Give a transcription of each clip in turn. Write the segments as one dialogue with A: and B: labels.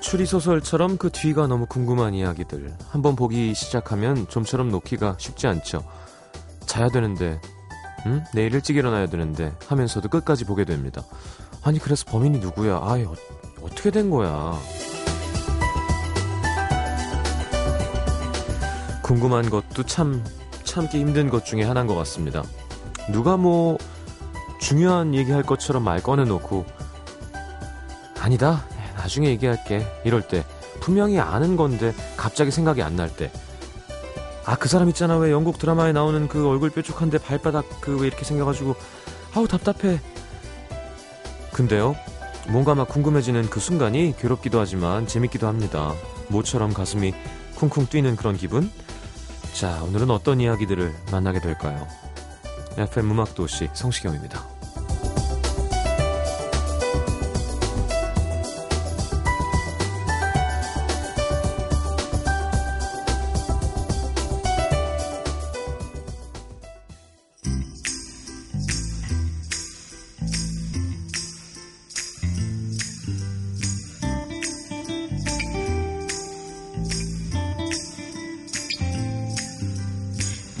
A: 추리소설처럼 그 뒤가 너무 궁금한 이야기들. 한번 보기 시작하면 좀처럼 놓기가 쉽지 않죠. 자야 되는데, 음? 내일 일찍 일어나야 되는데 하면서도 끝까지 보게 됩니다. 아니, 그래서 범인이 누구야? 아이, 어, 어떻게 된 거야? 궁금한 것도 참, 참기 힘든 것 중에 하나인 것 같습니다. 누가 뭐, 중요한 얘기할 것처럼 말 꺼내놓고, 아니다, 나중에 얘기할게. 이럴 때 분명히 아는 건데 갑자기 생각이 안 날 때. 아 그 사람 있잖아 왜 영국 드라마에 나오는 그 얼굴 뾰족한데 발바닥 그 왜 이렇게 생겨가지고 아우 답답해. 근데요 뭔가 막 궁금해지는 그 순간이 괴롭기도 하지만 재밌기도 합니다. 모처럼 가슴이 쿵쿵 뛰는 그런 기분. 자 오늘은 어떤 이야기들을 만나게 될까요? FM 음악도시 성시경입니다.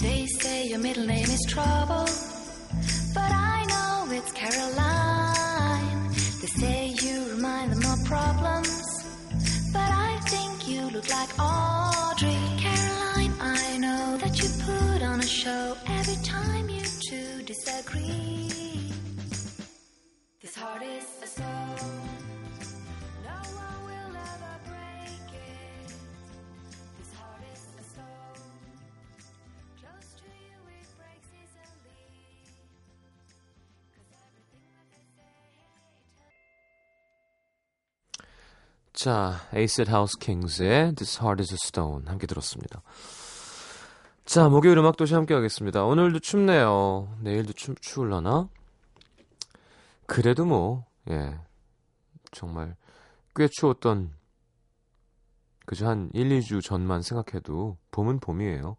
B: They say your middle name is trouble, but I know it's Caroline. They say you remind them of problems, but I think you look like Audrey. Caroline, I know that you put on a show every time you two disagree. This heart is a soul. No one will ever break it. This heart is a soul. Close to you, it breaks easily. 'Cause everything that they say.
A: 자, 에이셋 하우스 킹스의 This Heart is a Stone 함께 들었습니다. 자, 목요일 음악 도시 함께 하겠습니다. 오늘도 춥네요. 내일도 추, 추울라나? 그래도 뭐, 예. 정말 꽤 추웠던 그저 한 1, 2주 전만 생각해도 봄은 봄이에요.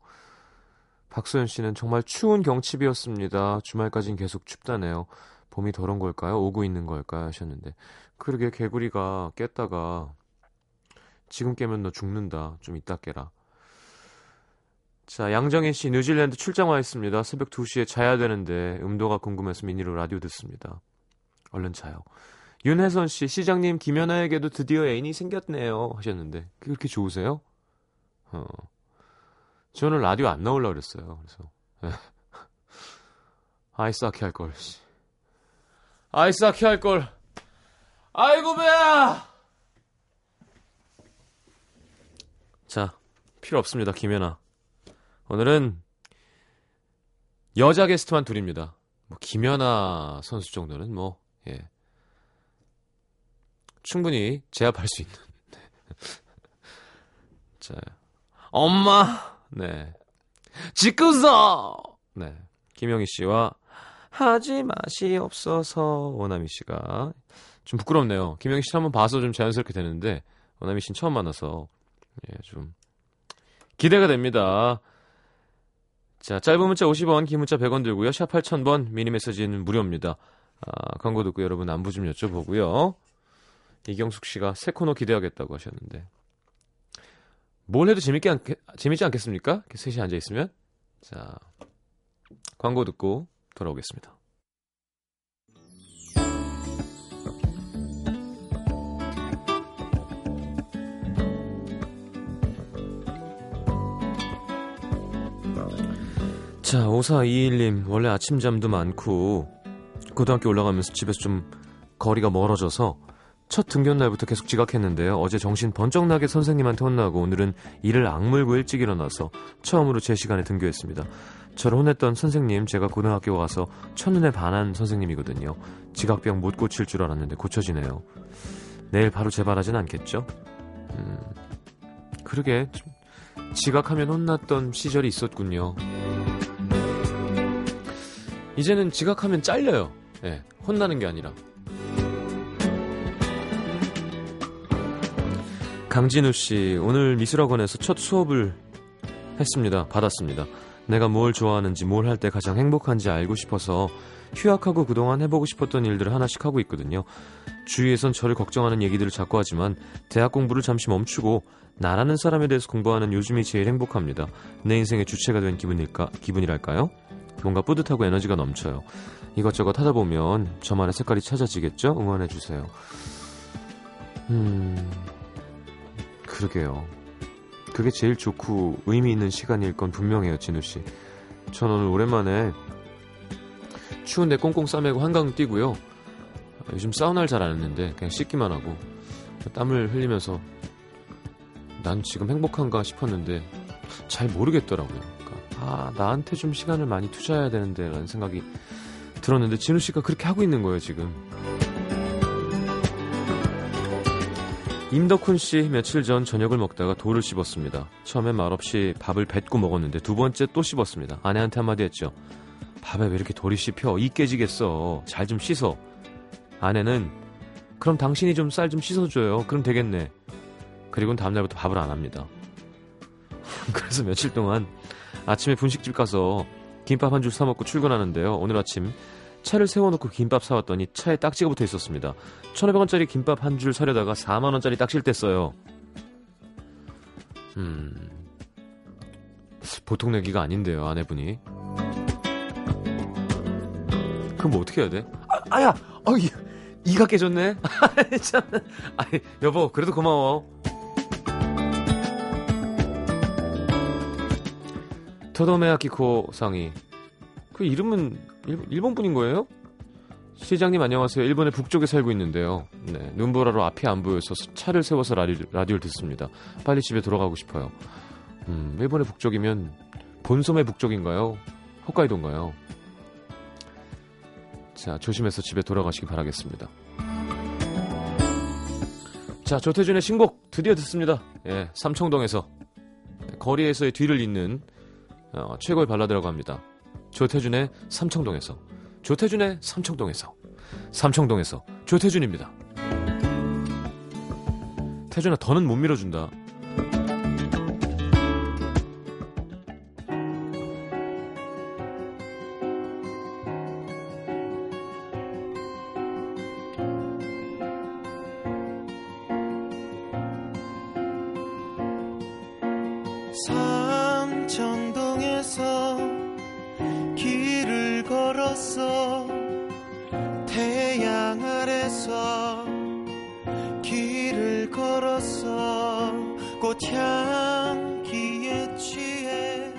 A: 박소연 씨는 정말 추운 경칩이었습니다. 주말까진 계속 춥다네요. 봄이 더러운 걸까요? 오고 있는 걸까요? 하셨는데 그러게 개구리가 깼다가 지금 깨면 너 죽는다. 좀 이따 깨라. 자, 양정인 씨 뉴질랜드 출장 와 있습니다. 새벽 2시에 자야 되는데 음도가 궁금해서 미니로 라디오 듣습니다. 얼른 자요. 윤혜선 씨 시장님 김연아에게도 드디어 애인이 생겼네요 하셨는데 그렇게 좋으세요? 어. 저는 라디오 안 나올라 그랬어요. 그래서 아이스하키 할 걸. 씨. 아이스하키 할 걸. 아이고 배야. 자 필요 없습니다 김연아. 오늘은 여자 게스트만 둘입니다. 뭐 김연아 선수 정도는 뭐 예. 충분히 제압할 수 있는. 자 엄마 네 지금서 네 김영희 씨와 하지 마시 없어서 원아미 씨가 좀 부끄럽네요. 김영희 씨 한번 봐서 좀 자연스럽게 되는데 원아미 씨는 처음 만나서 예, 좀 기대가 됩니다. 자 짧은 문자 50원, 긴 문자 100원 들고요. 샵 8000번 미니 메시지는 무료입니다. 아, 광고 듣고 여러분 안부 좀 여쭤보고요. 이경숙 씨가 새 코너 기대하겠다고 하셨는데 뭘 해도 재밌게 않, 재밌지 않겠습니까? 이렇게 셋이 앉아 있으면 자 광고 듣고 돌아오겠습니다. 자, 5421님, 원래 아침잠도 많고, 고등학교 올라가면서 집에서 좀 거리가 멀어져서, 첫 등교 날부터 계속 지각했는데요. 어제 정신 번쩍 나게 선생님한테 혼나고, 오늘은 이를 악물고 일찍 일어나서, 처음으로 제 시간에 등교했습니다. 저를 혼냈던 선생님, 제가 고등학교 와서 첫눈에 반한 선생님이거든요. 지각병 못 고칠 줄 알았는데 고쳐지네요. 내일 바로 재발하진 않겠죠? 음, 그러게, 좀 지각하면 혼났던 시절이 있었군요. 이제는 지각하면 잘려요. 예, 혼나는 게 아니라. 강진우 씨, 오늘 미술학원에서 첫 수업을 했습니다. 받았습니다. 내가 뭘 좋아하는지, 뭘 할 때 가장 행복한지 알고 싶어서 휴학하고 그동안 해보고 싶었던 일들을 하나씩 하고 있거든요. 주위에선 저를 걱정하는 얘기들을 자꾸 하지만 대학 공부를 잠시 멈추고 나라는 사람에 대해서 공부하는 요즘이 제일 행복합니다. 내 인생의 주체가 된 기분일까 기분이랄까요? 뭔가 뿌듯하고 에너지가 넘쳐요. 이것저것 하다 보면 저만의 색깔이 찾아지겠죠? 응원해 주세요. 음, 그러게요. 그게 제일 좋고 의미 있는 시간일 건 분명해요, 진우 씨. 전 오늘 오랜만에 추운데 꽁꽁 싸매고 한강 뛰고요. 요즘 사우나를 잘 안 했는데 그냥 씻기만 하고 땀을 흘리면서 난 지금 행복한가 싶었는데 잘 모르겠더라고요. 그러니까 아 나한테 좀 시간을 많이 투자해야 되는데라는 생각이 들었는데 진우 씨가 그렇게 하고 있는 거예요 지금. 임덕훈 씨 며칠 전 저녁을 먹다가 돌을 씹었습니다. 처음엔 말없이 밥을 뱉고 먹었는데 두 번째 또 씹었습니다. 아내한테 한마디 했죠. 밥에 왜 이렇게 돌이 씹혀? 이 깨지겠어. 잘 좀 씻어. 아내는 그럼 당신이 좀 쌀 좀 씻어줘요. 그럼 되겠네. 그리고는 다음날부터 밥을 안 합니다. 그래서 며칠 동안 아침에 분식집 가서 김밥 한 줄 사먹고 출근하는데요. 오늘 아침 차를 세워놓고 김밥 사왔더니 차에 딱지가 붙어 있었습니다. 1,500원짜리 김밥 한 줄 사려다가 4만원짜리 딱지를 뗐어요. 음, 보통 내기가 아닌데요, 아내분이. 그럼 뭐 어떻게 해야 돼? 아, 야 어, 이, 이가 깨졌네? 아이, 참. 아이, 여보, 그래도 고마워. 토도메아 키코 상이. 그 이름은 일, 일본 분인 거예요? 시장님 안녕하세요. 일본의 북쪽에 살고 있는데요. 네, 눈보라로 앞이 안 보여서 차를 세워서 라디, 라디오를 듣습니다. 빨리 집에 돌아가고 싶어요. 음, 일본의 북쪽이면 본섬의 북쪽인가요? 홋카이도인가요? 자, 조심해서 집에 돌아가시기 바라겠습니다. 자, 조태준의 신곡 드디어 듣습니다. 예, 삼청동에서 네, 거리에서의 뒤를 잇는 어, 최고의 발라드라고 합니다. 조태준의 삼청동에서 조태준의 삼청동에서 삼청동에서 조태준입니다. 태준아, 더는 못 밀어준다.
C: 삼청동에서 길을 걸었어 태양 아래서 길을 걸었어 꽃향기에 취해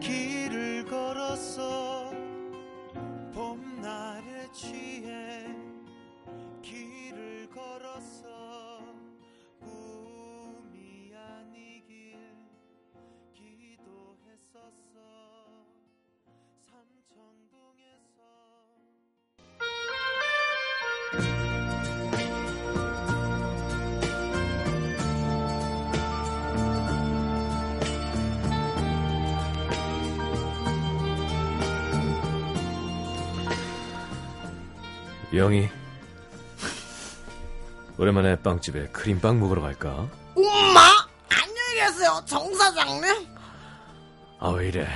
C: 길을 걸었어 봄날에 취해 길을 걸었어 꿈이 아니길 기도했었어 삼청동에서
A: 영희 오랜만에 빵집에 크림빵 먹으러 갈까?
D: 엄마 안녕히 계세요 정 사장님
A: 아 왜 이래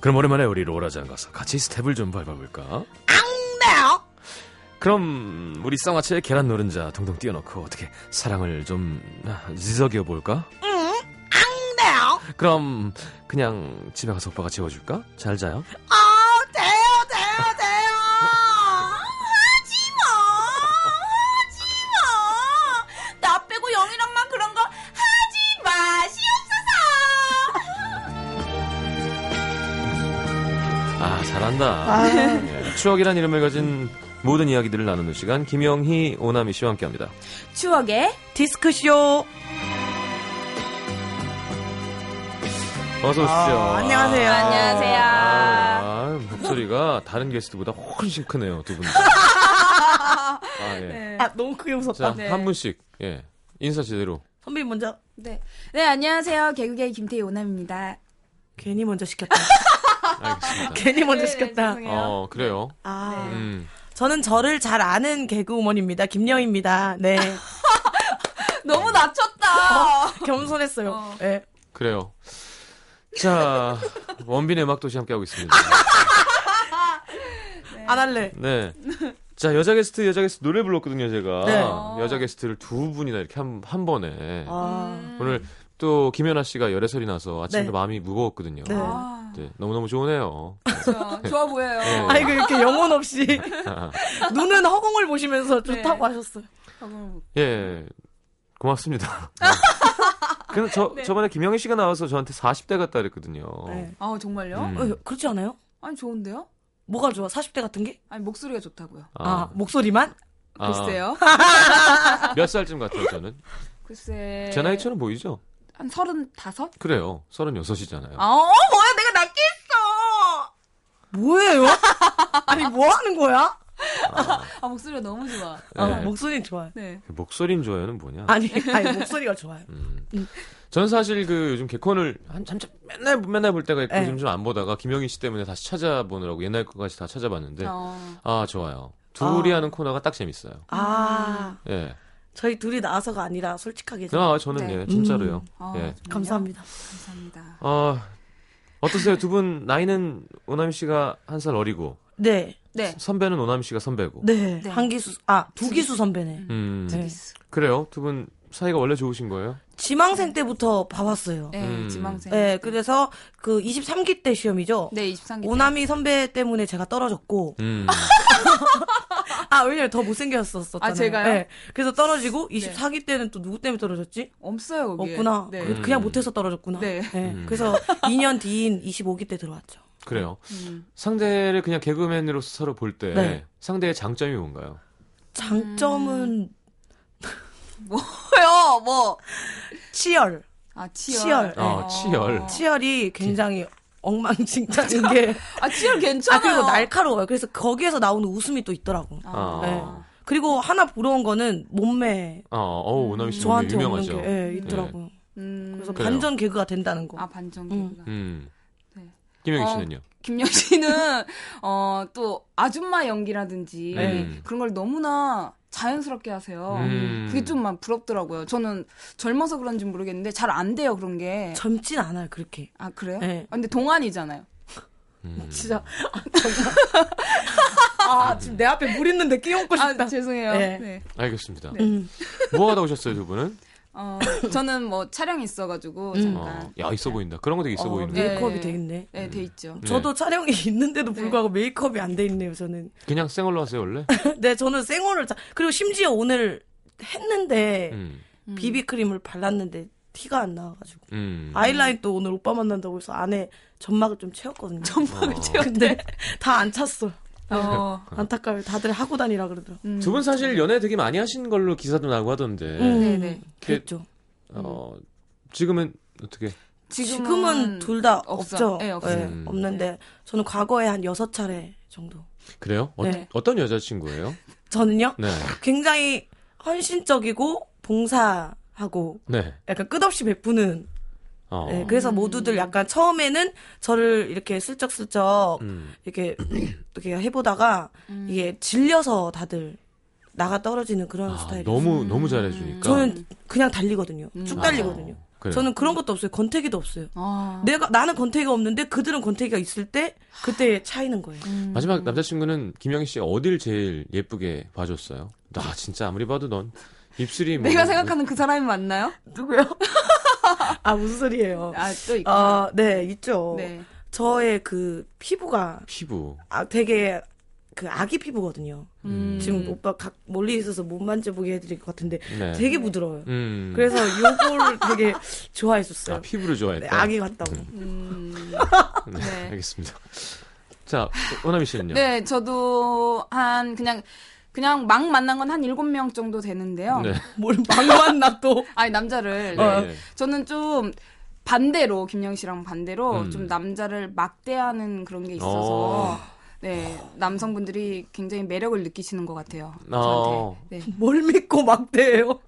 A: 그럼 오랜만에 우리 로라장 가서 같이 스텝을 좀 밟아볼까?
D: 안돼요
A: 그럼 우리 쌍화채에 계란 노른자 동동 띄워넣고 어떻게 사랑을 좀 지석여 볼까?
D: 응 안돼요
A: 그럼 그냥 집에 가서 오빠가 재워줄까? 잘 자요
D: 아 돼요 돼요 돼요 하지마 하지마 나 빼고 영희랑만 그런 거 하지 마시옵소서
A: 아 잘한다 추억이란 이름을 가진 모든 이야기들을 나누는 시간 김영희 오나미 씨와 함께합니다
E: 추억의 디스크쇼.
A: 어서 오십시오
D: 아, 안녕하세요.
E: 안녕하세요.
A: 아, 목소리가 다른 게스트보다 훨씬 크네요 두 분. 아 예.
E: 네.
D: 아 너무 크게
A: 자,
D: 웃었다
A: 한 분씩 예. 인사 제대로.
D: 선배님 먼저
E: 네. 네, 안녕하세요. 개그계의 김태희 오남입니다.
D: 괜히 먼저 시켰다
A: 알겠습니다.
D: 괜히 먼저
E: 네, 네,
D: 시켰다
E: 죄송해요.
A: 어, 그래요.
D: 아
A: 음.
D: 저는 저를 잘 아는 개그우먼입니다 김영입니다 네
E: 너무 낮췄다.
D: 겸손했어요
E: 어.
D: 네.
A: 그래요. 자, 원빈의 음악 도시 함께 하고 있습니다.
D: 안 할래
A: 네. 자, 여자 게스트, 여자 게스트 노래 불렀거든요, 제가.
F: 네.
A: 여자 게스트를 두 분이나 이렇게 한, 한 번에.
F: 아,
A: 오늘 또 김연아 씨가 열애설이 나서 아침에
F: 네.
A: 마음이 무거웠거든요.
F: 네.
E: 아,
A: 네, 너무너무 좋으네요.
D: 그렇죠. 좋아 보여요.
A: 네.
F: 아이고 이렇게 영혼 없이 눈은 허공을 보시면서 좋다고 하셨어요.
E: 아,
A: 예. 고맙습니다. 근데 저, 저번에 김영희 씨가 나와서 저한테 40대 같다 그랬거든요.
F: 네.
E: 아 정말요?
A: 어. 음.
F: 어, 그렇지 않아요?
E: 아니 좋은데요?
F: 뭐가 좋아? 40대 같은 게?
E: 아니 목소리가 좋다고요.
F: 아, 목소리만?
A: 아,
E: 글쎄요.
A: 몇 살쯤 같아요, 저는?
E: 글쎄.
A: 제 나이처럼 보이죠?
E: 한 서른다섯?
A: 그래요. 36이잖아요.
D: 아, 어, 뭐야, 내가 낫게 했어!
F: 뭐예요? 아니 뭐 하는 거야?
E: 아 목소리가 너무 좋아.
F: 아, 목소리는 좋아요.
E: 네.
A: 네. 목소리는 좋아요는 뭐냐?
F: 아니, 아니 목소리가 좋아요.
A: 전 사실 그 요즘 개콘을 한 잠깐 맨날 맨날 볼 때가 있고
F: 네.
A: 요즘 좀 안 보다가 김영희 씨 때문에 다시 찾아보느라고 옛날 것까지 다 찾아봤는데
E: 어.
A: 아 좋아요. 둘이
F: 아.
A: 하는 코너가 딱 재밌어요.
F: 아,
A: 예.
F: 저희 둘이 나와서가 아니라 솔직하게 좀
A: 아 저는
E: 네.
A: 예 진짜로요.
E: 아,
A: 예.
E: 정말요?
F: 감사합니다.
E: 감사합니다.
A: 아 어떠세요? 두 분 나이는 오남 씨가 한 살 어리고
F: 네,
E: 네.
A: 선배는 오남 씨가 선배고.
F: 네,
E: 네.
F: 한 기수, 아, 두 기수 선배네.
A: 음
F: 네.
A: 그래요. 두 분 사이가 원래 좋으신 거예요?
F: 지망생 때부터 봐왔어요.
E: 네.
A: 음.
E: 지망생.
F: 네, 그래서 그 23기 때 시험이죠.
E: 네 23기.
F: 오나미 선배 때문에 제가 떨어졌고,
A: 음. 네.
F: 아, 왜냐면 더 못생겼었었잖아요.
E: 아, 제가요?
F: 네, 그래서 떨어지고, 24기 때는 또 누구 때문에 떨어졌지?
E: 없어요 거기.
F: 없구나.
E: 네.
F: 그- 그냥
A: 음.
F: 못해서 떨어졌구나.
E: 네.
A: 음.
F: 그래서 2년 뒤인 25기 때 들어왔죠.
A: 그래요.
E: 음.
A: 상대를 그냥 개그맨으로서 서로 볼 때
F: 네.
A: 상대의 장점이 뭔가요?
E: 음.
F: 장점은
D: 뭐요, 뭐.
F: 치열.
E: 아 치열.
F: 치열.
A: 아
E: 어.
A: 치열.
F: 치열이 굉장히 엉망진창인 게.
D: 아, 치열
F: 아,
D: 괜찮아요.
F: 그리고 날카로워요. 그래서 거기에서 나오는 웃음이 또 있더라고.
A: 아.
F: 네. 그리고 하나 보러 온 거는 몸매.
A: 아, 어우, 오남희 씨 몸매
F: 저한테 오는
A: 유명하죠.
F: 게 예, 있더라고요.
E: 음.
F: 그래서
A: 그래요.
F: 반전 개그가 된다는 거.
E: 아 반전
F: 음.
E: 개그가.
A: 음.
E: 네.
A: 김영희
E: 어,
A: 씨는요?
E: 김영 씨는 어 또 아줌마 연기라든지
A: 네.
E: 그런 걸 너무나 자연스럽게 하세요.
A: 음.
E: 어, 그게 좀만 부럽더라고요. 저는 젊어서 그런지 모르겠는데 잘 안 돼요 그런
F: 네.
E: 게.
F: 젊진 않아요, 그렇게.
E: 아 그래요?
F: 네.
E: 아, 근데 동안이잖아요.
A: 음.
F: 진짜. 아, 정말. 아, 지금 내 앞에 물 있는데 끼얹고 싶다.
E: 아 죄송해요.
F: 네.
E: 네.
A: 알겠습니다.
F: 음.
A: 뭐 하다 오셨어요, 두 분은?
E: 어, 저는 뭐 촬영이 있어가지고
F: 음.
E: 잠깐
A: 어, 야, 있어 보인다. 그런 거 되게 있어
F: 어,
A: 보이는데.
F: 메이크업이
E: 아. 네.
F: 돼 있네.
E: 네, 돼 있죠.
F: 저도 촬영이 있는데도
E: 네.
F: 불구하고 메이크업이 안 돼 있네요, 저는.
A: 그냥 생얼로 하세요, 원래?
F: 네, 저는 생얼을 자, 그리고 심지어 오늘 했는데
A: 음.
E: 음.
F: 비비크림을 발랐는데 티가 안 나와가지고.
A: 음.
F: 아이라인 또 오늘 오빠 만난다고 해서 안에 점막을 좀 채웠거든요.
A: 어.
F: 근데 다 안 찼어.
E: 어,
F: 안타까워요. 다들 하고 다니라 그러더라고.
E: 음.
A: 두 분 사실 연애 되게 많이 하신 걸로 기사도 나고 하던데.
F: 음,
E: 네네.
F: 그랬죠.
A: 어, 지금은 어떻게?
E: 지금은,
F: 지금은 둘 다
E: 없어.
F: 없죠.
E: 네, 없어요.
A: 음.
F: 없는데 저는 과거에 한 여섯 차례 정도.
A: 그래요? 어,
F: 네.
A: 어떤 여자친구예요?
F: 저는요.
A: 네.
F: 굉장히 헌신적이고 봉사하고
A: 네.
F: 약간 끝없이 베푸는.
A: 어.
F: 네, 그래서
E: 음.
F: 모두들 약간 처음에는 저를 이렇게 슬쩍슬쩍
A: 음.
F: 이렇게 이렇게 해보다가 이게 질려서 다들 나가 떨어지는 그런
A: 아,
F: 스타일이에요.
A: 너무 너무 잘해주니까.
F: 저는 그냥 달리거든요. 쭉
A: 아,
F: 달리거든요.
A: 그래요.
F: 저는 그런 것도 없어요. 권태기도 없어요.
E: 아,
F: 내가 나는 권태기가 없는데 그들은 권태기가 있을 때 그때 차이는 거예요.
E: 음.
F: 음.
A: 마지막 남자친구는 김영희 씨 어딜 제일 예쁘게 봐줬어요? 나 진짜 아무리 봐도 넌 입술이 뭐
E: 내가 생각하는 그 사람이 맞나요?
F: 누구요? 아 무슨 소리예요?
E: 아또 있고.
F: 아, 네 있죠.
E: 네.
F: 저의 그 피부가
A: 피부.
F: 아, 되게 그 아기 피부거든요.
E: 음.
F: 지금 뭐- 오빠 각 멀리 있어서 못 만져보게 해드릴 것 같은데
A: 네.
F: 되게 부드러워요.
A: 음.
F: 그래서 요거를 되게
A: 아,
F: 좋아했었어요.
A: 피부를 좋아했다.
F: 네, 아기 같다고.
E: 음.
A: 네,
E: 네.
A: 알겠습니다. 자, 오나미 씨는요?
E: 네, 저도 한 그냥 그냥 막 만난 건 한 일곱 명 정도 되는데요.
A: 네.
F: 뭘 막만나 또.
E: 아니 남자를
A: 네,
F: 어.
E: 네.
A: 네.
E: 저는 좀 반대로 김영 씨랑 반대로
A: 음.
E: 좀 남자를 막대하는 그런 게 있어서
A: 어.
E: 네 남성분들이 굉장히 매력을 느끼시는 것 같아요.
A: 어.
E: 저한테. 네.
F: 뭘 믿고 막대해요?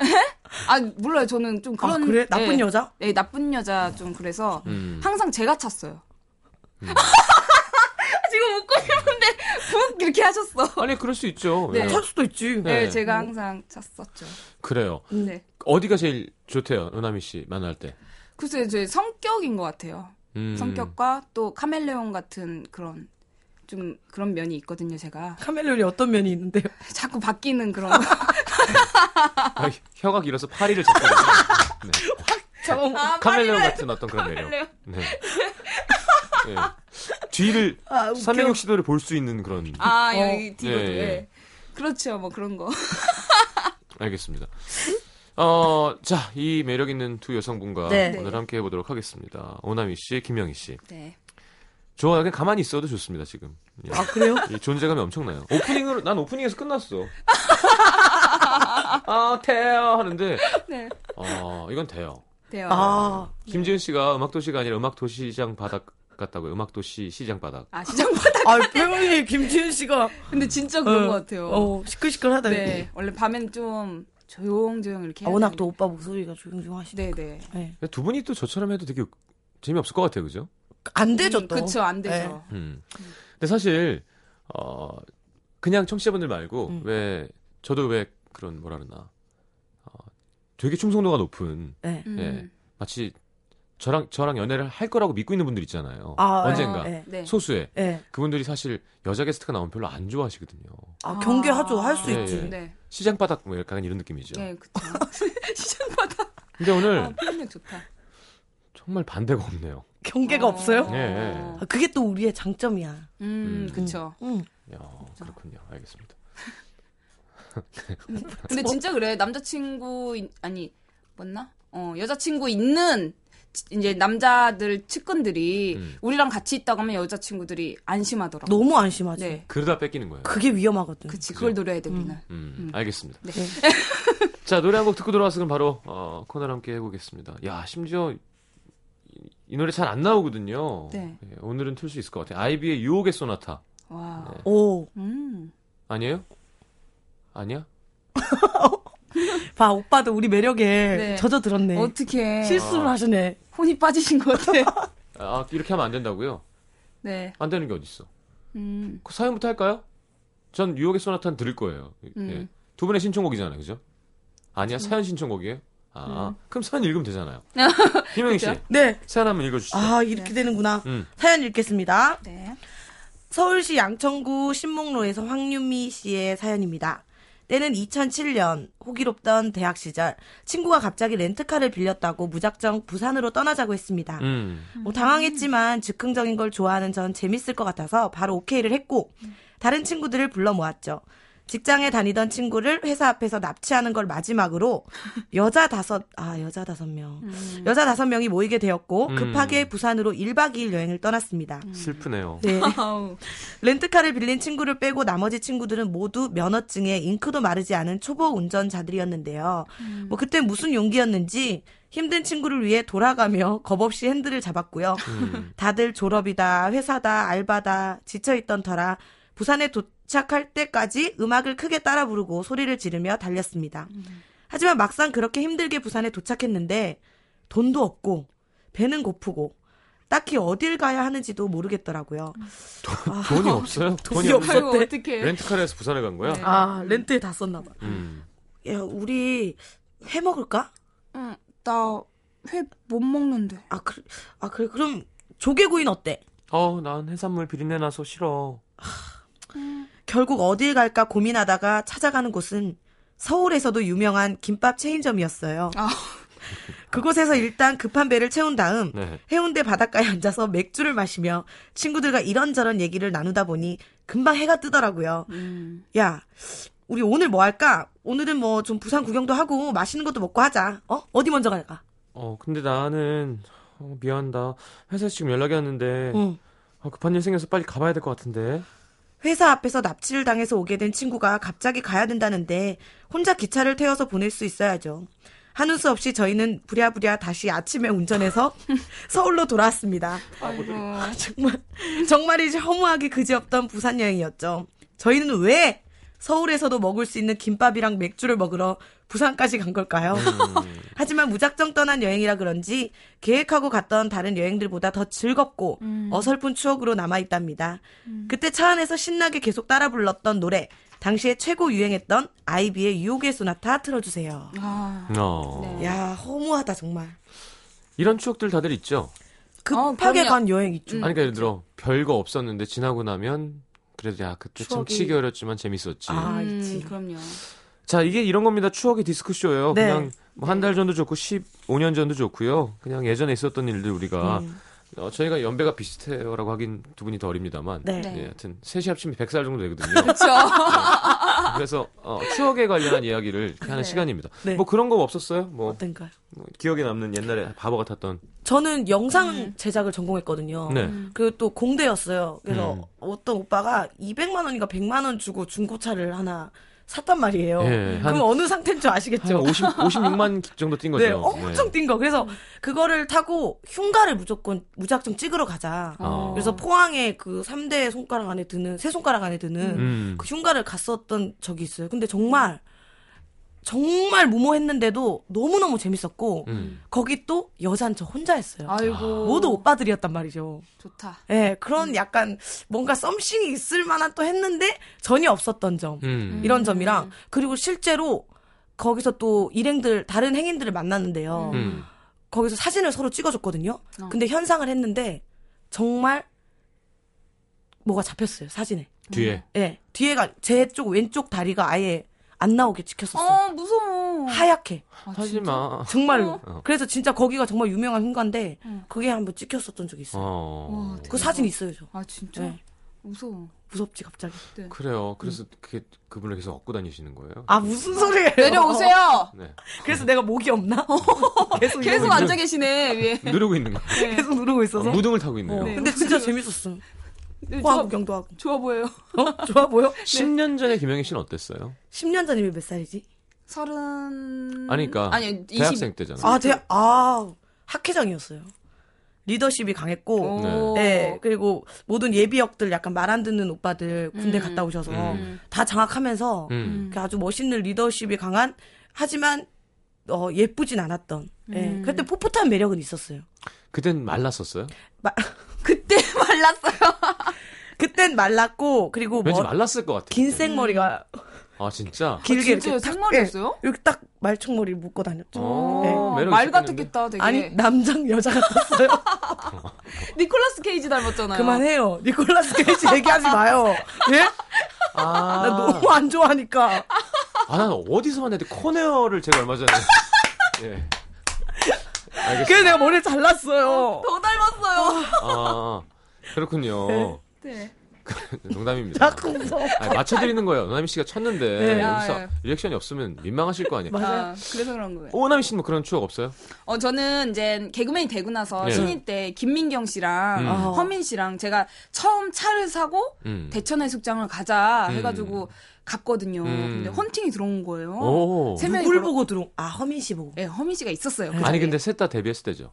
E: 아 몰라요. 저는 좀 그런
F: 아, 그래? 나쁜
E: 네.
F: 여자?
E: 네, 나쁜 여자 좀 그래서
A: 음.
E: 항상 제가 찼어요. 지금 웃고 싶은데 푹 이렇게 하셨어.
A: 아니, 그럴 수 있죠.
E: 네.
A: 예.
F: 찰 수도 있지.
A: 네.
E: 네, 제가 항상 찼었죠.
A: 그래요.
E: 네.
A: 어디가 제일 좋대요, 오나미 씨 만날 때?
E: 글쎄, 제 성격인 것 같아요.
A: 음.
E: 성격과 또 카멜레온 같은 그런 좀 그런 면이 있거든요, 제가.
F: 카멜론이 어떤 면이 있는데요?
E: 자꾸 바뀌는 그런 거.
A: 아, 혀가 길어서 파리를 잡거든요. 네.
F: 저
A: 카멜레온 같은 어떤 그런 매력.
E: 카멜레온.
A: 네. 네. 뒤를 360도를 볼 수 있는 그런.
E: 아,
F: 어.
E: 여기 뒤로.
A: 예, 예.
E: 예. 그렇죠, 뭐 그런 거.
A: 알겠습니다. 어, 자, 이 매력 있는 두 여성분과
F: 네.
A: 오늘 함께 해보도록 하겠습니다. 오나미 씨, 김영희 씨.
E: 네.
A: 좋아요. 그냥 가만히 있어도 좋습니다, 지금. 예.
F: 아 그래요?
A: 이 존재감이 엄청나요. 오프닝으로, 난 오프닝에서 끝났어. 아, 돼요. 하는데,
E: 네.
A: 어, 이건 돼요.
E: 돼요.
F: 아
A: 김지은 씨가 음악도시가 아니라 음악도시장 바닥 같다고요. 음악도시 시장 바닥.
E: 아, 시장보다.
F: 아, 표현이 김지은 씨가
E: 근데 진짜 그런
F: 어,
E: 것 같아요.
F: 어 시끌시끌하다.
E: 네. 원래 밤엔 좀 조용조용 이렇게.
F: 아,
E: 해야
F: 워낙 또
E: 되니까.
F: 오빠 목소리가 조용조용하시네.
E: 네네.
F: 네.
A: 근데 두 분이 또 저처럼 해도 되게 재미없을 것 같아요, 그죠?
F: 안 되죠 또.
E: 음, 그쵸, 안 되죠.
A: 음. 근데 사실 어 그냥 청취자분들 말고
F: 음.
A: 왜 저도 왜 그런 뭐라 그러나 어, 되게 충성도가 높은
F: 네.
E: 음.
A: 예. 마치 저랑 저랑 연애를 할 거라고 믿고 있는 분들 있잖아요. 예.
F: 아,
A: 언젠가
F: 네.
E: 네.
A: 소수의
F: 네.
A: 그분들이 사실 여자 게스트가 나오면 별로 안 좋아하시거든요.
F: 아 경계하죠. 할 수
A: 예,
F: 있지.
A: 예.
E: 네.
A: 시장 바닥 뭐 약간 이런 느낌이죠.
E: 네, 그쵸. 시장보다.
A: 근데 오늘
E: 아, 표현력 좋다.
A: 정말 반대가 없네요.
E: 아.
F: 경계가 없어요?
A: 예, 예.
F: 아, 그게 또 우리의 장점이야.
E: 음,
A: 음.
E: 그쵸.
F: 응.
A: 야,
E: 그렇죠.
A: 그렇군요. 알겠습니다.
E: 근데
F: 뭐?
E: 진짜 그래. 남자친구, 인- 아니, 맞나? 어, 여자친구 있는, 지- 이제 남자들 측근들이
A: 음.
E: 우리랑 같이 있다고 하면 여자친구들이 안심하더라고.
F: 너무 안심하지.
E: 네.
A: 그러다 뺏기는 거예요.
F: 그게 위험하거든.
E: 그치, 그걸 노려야 돼, 우리는.
A: 음,
E: 음.
A: 알겠습니다.
E: 네.
A: 자, 노래 한 곡 듣고 돌아와서 그럼 바로 어, 코너를 함께 해보겠습니다. 야, 심지어 이, 이 노래 잘 안 나오거든요.
E: 네.
A: 예, 오늘은 틀 수 있을 것 같아요. 아이비의 유혹의 소나타.
F: 음.
E: 와.
A: 네.
F: 오,
E: 음.
A: 아니에요? 아니야?
F: 봐 오빠도 우리 매력에
E: 네.
F: 젖어 들었네.
E: 어떻게
F: 실수를
A: 아.
F: 하시네.
E: 혼이 빠지신 것 같아.
A: 아, 이렇게 하면 안 된다고요?
E: 네.
A: 안 되는 게 어딨어.
E: 음.
A: 그 사연부터 할까요? 전 유혹의 소나타는 들을 거예요. 예.
E: 음.
A: 두 분의 신청곡이잖아요. 그죠? 아니야? 사연 신청곡이에요? 아,
E: 음.
A: 그럼 사연 읽으면 되잖아요. 김영희 씨,
F: 네.
A: 사연 한번 읽어주시죠.
F: 아, 이렇게 되는구나.
A: 음.
F: 사연 읽겠습니다.
E: 네.
F: 서울시 양천구 신목로에서 황윤미 씨의 사연입니다. 때는 2007년 호기롭던 대학 시절 친구가 갑자기 렌트카를 빌렸다고 무작정 부산으로 떠나자고 했습니다.
A: 음.
F: 뭐 당황했지만 즉흥적인 걸 좋아하는 전 재밌을 것 같아서 바로 오케이를 했고 다른 친구들을 불러 모았죠. 직장에 다니던 친구를 회사 앞에서 납치하는 걸 마지막으로 여자 다섯 아 여자 다섯 명 여자 다섯 명이 모이게 되었고
A: 음.
F: 급하게 부산으로 1박 2일 여행을 떠났습니다.
A: 슬프네요.
F: 네.
E: 아우.
F: 렌트카를 빌린 친구를 빼고 나머지 친구들은 모두 면허증에 잉크도 마르지 않은 초보 운전자들이었는데요. 뭐 그때 무슨 용기였는지 힘든 친구를 위해 돌아가며 겁없이 핸들을 잡았고요.
A: 음.
F: 다들 졸업이다, 회사다, 알바다, 지쳐있던 터라 부산에 도착할 때까지 음악을 크게 따라 부르고 소리를 지르며 달렸습니다. 하지만 막상 그렇게 힘들게 부산에 도착했는데 돈도 없고 배는 고프고 딱히 어딜 가야 하는지도 모르겠더라고요.
A: 돈이 없어요? 아. 돈이
F: 돈이
A: 없
F: 없-
E: 아이고,
F: 무섭대.
E: 어떡해.
A: 렌트카를 해서 부산에 간 거야?
E: 예. 네.
F: 아 렌트에 다 썼나 봐.
A: 음.
F: 야 우리 해 먹을까?
E: 응, 나회 못 먹는데.
F: 아 그래 아 그래 그럼 조개구이는 어때?
A: 어, 난 해산물 비린내 나서 싫어.
F: 결국 어딜 갈까 고민하다가 찾아가는 곳은 서울에서도 유명한 김밥 체인점이었어요.
E: 아.
F: 그곳에서 일단 급한 배를 채운 다음
A: 네.
F: 해운대 바닷가에 앉아서 맥주를 마시며 친구들과 이런저런 얘기를 나누다 보니 금방 해가 뜨더라고요.
E: 음.
F: 야, 우리 오늘 뭐 할까? 오늘은 뭐 좀 부산 구경도 하고 맛있는 것도 먹고 하자. 어? 어디 먼저 갈까?
A: 어, 근데 나는 어, 미안하다. 회사에서 지금 연락이 왔는데
E: 음.
F: 응.
A: 어, 급한 일 생겨서 빨리 가봐야 될 것 같은데.
F: 회사 앞에서 납치를 당해서 오게 된 친구가 갑자기 가야 된다는데 혼자 기차를 태워서 보낼 수 있어야죠. 한우 수 없이 저희는 부랴부랴 다시 아침에 운전해서 서울로 돌아왔습니다.
E: 아이고.
F: 정말 정말이지 허무하기 그지없던 부산 여행이었죠. 저희는 왜 서울에서도 먹을 수 있는 김밥이랑 맥주를 먹으러 부산까지 간 걸까요?
E: 음.
F: 하지만 무작정 떠난 여행이라 그런지 계획하고 갔던 다른 여행들보다 더 즐겁고
E: 음.
F: 어설픈 추억으로 남아 있답니다. 그때 차 안에서 신나게 계속 따라 불렀던 노래 당시에 최고 유행했던 아이비의 유혹의 소나타 틀어주세요.
E: 아.
A: 어.
E: 네.
F: 야 허무하다 정말.
A: 이런 추억들 다들 있죠?
F: 급하게
E: 어, 그럼요.
F: 간 여행
E: 음.
F: 있죠.
A: 아니, 그러니까 예를 들어 별거 없었는데 지나고 나면 그래도 야 그때 참
F: 추억이-
A: 치기 어렸지만 재밌었지.
F: 아, 있지.
E: 음, 그럼요.
A: 자 이게 이런 겁니다. 추억의 디스크 쇼예요.
F: 네.
A: 그냥 뭐 한 달 전도 좋고 15년 전도 좋고요. 그냥 예전에 있었던 일들 우리가
F: 음.
A: 어, 저희가 연배가 비슷해요라고 하긴 두 분이 더 어립니다만.
F: 네.
E: 네.
A: 예, 하여튼 셋이 합치면 100살 정도 되거든요.
E: 그렇죠.
A: 그래서 어, 추억에 관련한 이야기를 이렇게 하는 시간입니다.
F: 네.
A: 뭐 그런 거 없었어요? 뭐,
F: 어떤가요?
A: 뭐 기억에 남는 옛날에 바보 같았던
F: 저는 영상
E: 음.
F: 제작을 전공했거든요.
A: 네.
F: 그리고 또 공대였어요. 그래서
A: 음.
F: 어떤 오빠가 200만 원인가 100만 원 주고 중고차를 하나 샀단 말이에요.
A: 예, 한-
F: 그럼 어느 상태인 줄
A: 한
F: 아시겠죠?
A: 50 56만 정도 뛴 거죠.
F: 네, 엄청 뛴 거. 그래서 그거를 타고 흉가를 무조건 무작정 찍으러 가자.
A: 어.
F: 그래서 포항에 그 3대 손가락 안에 드는 세 손가락 안에 드는
A: 음.
F: 그 흉가를 갔었던 적이 있어요. 근데 정말 정말 무모했는데도 너무너무 재밌었고
A: 음.
F: 거기 또 여잔 저 혼자 했어요.
E: 아이고.
F: 모두 오빠들이었단 말이죠.
E: 좋다.
F: 예,
A: 음.
F: 그런 약간 뭔가 썸씽이 있을 만한 또 했는데 전혀 없었던 점.
A: 음.
F: 이런 점이랑 그리고 실제로 거기서 또 일행들 다른 행인들을 만났는데요.
A: 음.
F: 거기서 사진을 서로 찍어줬거든요. 근데 현상을 했는데 정말 뭐가 잡혔어요 사진에.
A: 뒤에
F: 예, 뒤에가 제 쪽 왼쪽 다리가 아예 안 나오게 찍혔었어요.
E: 어, 무서워.
F: 하얗게
E: 아,
A: 하지
E: 진짜?
A: 마.
F: 정말로.
A: 어.
F: 그래서 진짜 거기가 정말 유명한 흉가인데
E: 어.
F: 그게 한번 찍혔었던 적이 있어요.
A: 어.
E: 와,
F: 그 사진 있어요 저.
E: 아, 진짜?
F: 네.
E: 무서워. 네.
F: 무섭지 갑자기.
A: 그래요. 그래서 그게 그분을 계속 얻고 다니시는 거예요.
F: 아 무슨 소리예요?
E: 내려오세요! 어.
A: 네.
F: 그래서 내가 목이 없나?
A: 어,
F: 계속 이러고
E: 계속 앉아 계시네, 위에.
A: 누르고 있는 거예요.
F: 있- 어. 계속 누르고 있어서.
A: 아, 무등을 타고 있네요.
F: 어,
E: 네.
F: 근데 진짜 재밌었어.
E: 네,
F: 포항
E: 좋아,
F: 구경도 하고.
E: 좋아 보여요.
F: 어? 좋아 보여?
A: 10년 전에 김영희 씨는 어땠어요?
F: 10년 전이면 몇 살이지?
E: 서른.
A: 아니, 그러니까
E: 아니, 20.
A: 대학생 때잖아요.
F: 아, 대, 아, 학회장이었어요. 리더십이 강했고,
E: 오.
F: 네, 그리고 모든 예비역들 약간 말 안 듣는 오빠들 군대 갔다 오셔서
A: 음.
F: 다 장악하면서
A: 음.
F: 그 아주 멋있는 리더십이 강한, 하지만, 어, 예쁘진 않았던. 예,
E: 음.
F: 그때 풋풋한 매력은 있었어요.
A: 그땐 말랐었어요?
F: 마-
E: 그때 네, 말랐어요.
F: 그땐 말랐고, 그리고
A: 왠지
F: 뭐,
A: 말랐을 것 같아요.
F: 긴 생머리가
A: 아, 진짜?
F: 길게
E: 음. 진짜요?
F: 이렇게 딱,
E: 생머리였어요?
F: 예, 이렇게 딱 말총머리 묶고 다녔죠. 예.
A: 어, 매력
E: 말
A: 있었겠는데?
E: 같았겠다, 되게.
F: 네.
E: 아.
F: 아니 남장 여자 같았어요.
E: 니콜라스 케이지 닮았잖아요.
F: 그만해요. 니콜라스 케이지 얘기하지 마요. 예?
A: 아,
F: 나 너무 안 좋아하니까.
A: 아, 난 어디서 만났는데 코네어를 제가 얼마 전에. 예. 알겠습니다.
F: 그래서 내가 머리를 잘랐어요.
E: 더 닮았어요.
A: 아, 그렇군요.
E: 네.
A: 농담입니다.
F: 자꾸 무서워.
A: 아니, 맞춰드리는 거예요. 오나미 씨가 쳤는데
F: 네.
A: 여기서
E: 아, 예.
A: 리액션이 없으면 민망하실 거 아니에요.
E: 아, 그래서 그런 거예요.
A: 오나미 씨는 뭐 그런 추억 없어요?
E: 어, 저는 이제 개그맨이 되고 나서
A: 네.
E: 신인 때 김민경 씨랑
A: 음.
E: 허민 씨랑 제가 처음 차를 사고
A: 음.
E: 대천 해수욕장을 가자
A: 음.
E: 해가지고 갔거든요.
A: 음.
E: 근데 헌팅이 들어온 거예요.
A: 오.
E: 세 명이
F: 누굴
E: 걸어-
F: 보고 들어온? 아 허민 씨 보고.
E: 예, 허민 씨가 있었어요. 그
A: 아니
E: 자리에.
A: 근데 셋 다 데뷔했을 때죠.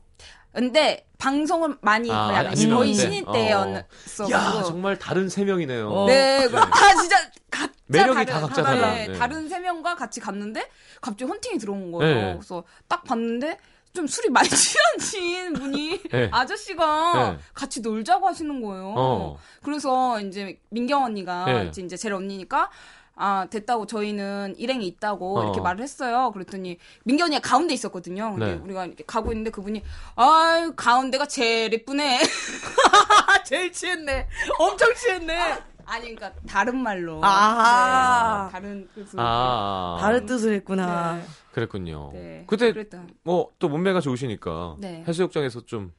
E: 근데 방송을 많이
A: 아,
E: 거의, 안
A: 아,
E: 했어요. 거의
A: 신인 때.
E: 신인
A: 어. 야
E: 때였어가지고
A: 정말 다른 세 명이네요.
E: 네,
A: 네.
E: 아 진짜 각자
A: 매력이
E: 다른,
A: 다 각자
E: 네,
A: 달라. 네.
E: 다른 세 명과 같이 갔는데 갑자기 헌팅이 들어온 거예요.
A: 네.
E: 그래서 딱 봤는데 좀 술이 많이 취한 분이
A: 네.
E: 아저씨가
A: 네.
E: 같이 놀자고 하시는 거예요.
A: 어.
E: 그래서 이제 민경 언니가
A: 네.
E: 이제 제 언니니까. 아, 됐다고, 저희는 일행이 있다고,
A: 어.
E: 이렇게 말을 했어요. 그랬더니, 민경 언니가 가운데 있었거든요. 근데
A: 네.
E: 우리가 이렇게 가고 있는데 그분이, 아유, 가운데가 제일 예쁘네.
F: 아 제일 취했네. 엄청 취했네.
E: 아니, 그러니까, 다른 말로.
F: 아하.
E: 네, 다른 뜻으로.
A: 아,
F: 다른 뜻을 했구나.
E: 네.
A: 그랬군요.
E: 네.
A: 그때
E: 그랬다.
A: 뭐 또 몸매가 좋으시니까
E: 네.
A: 해수욕장에서 좀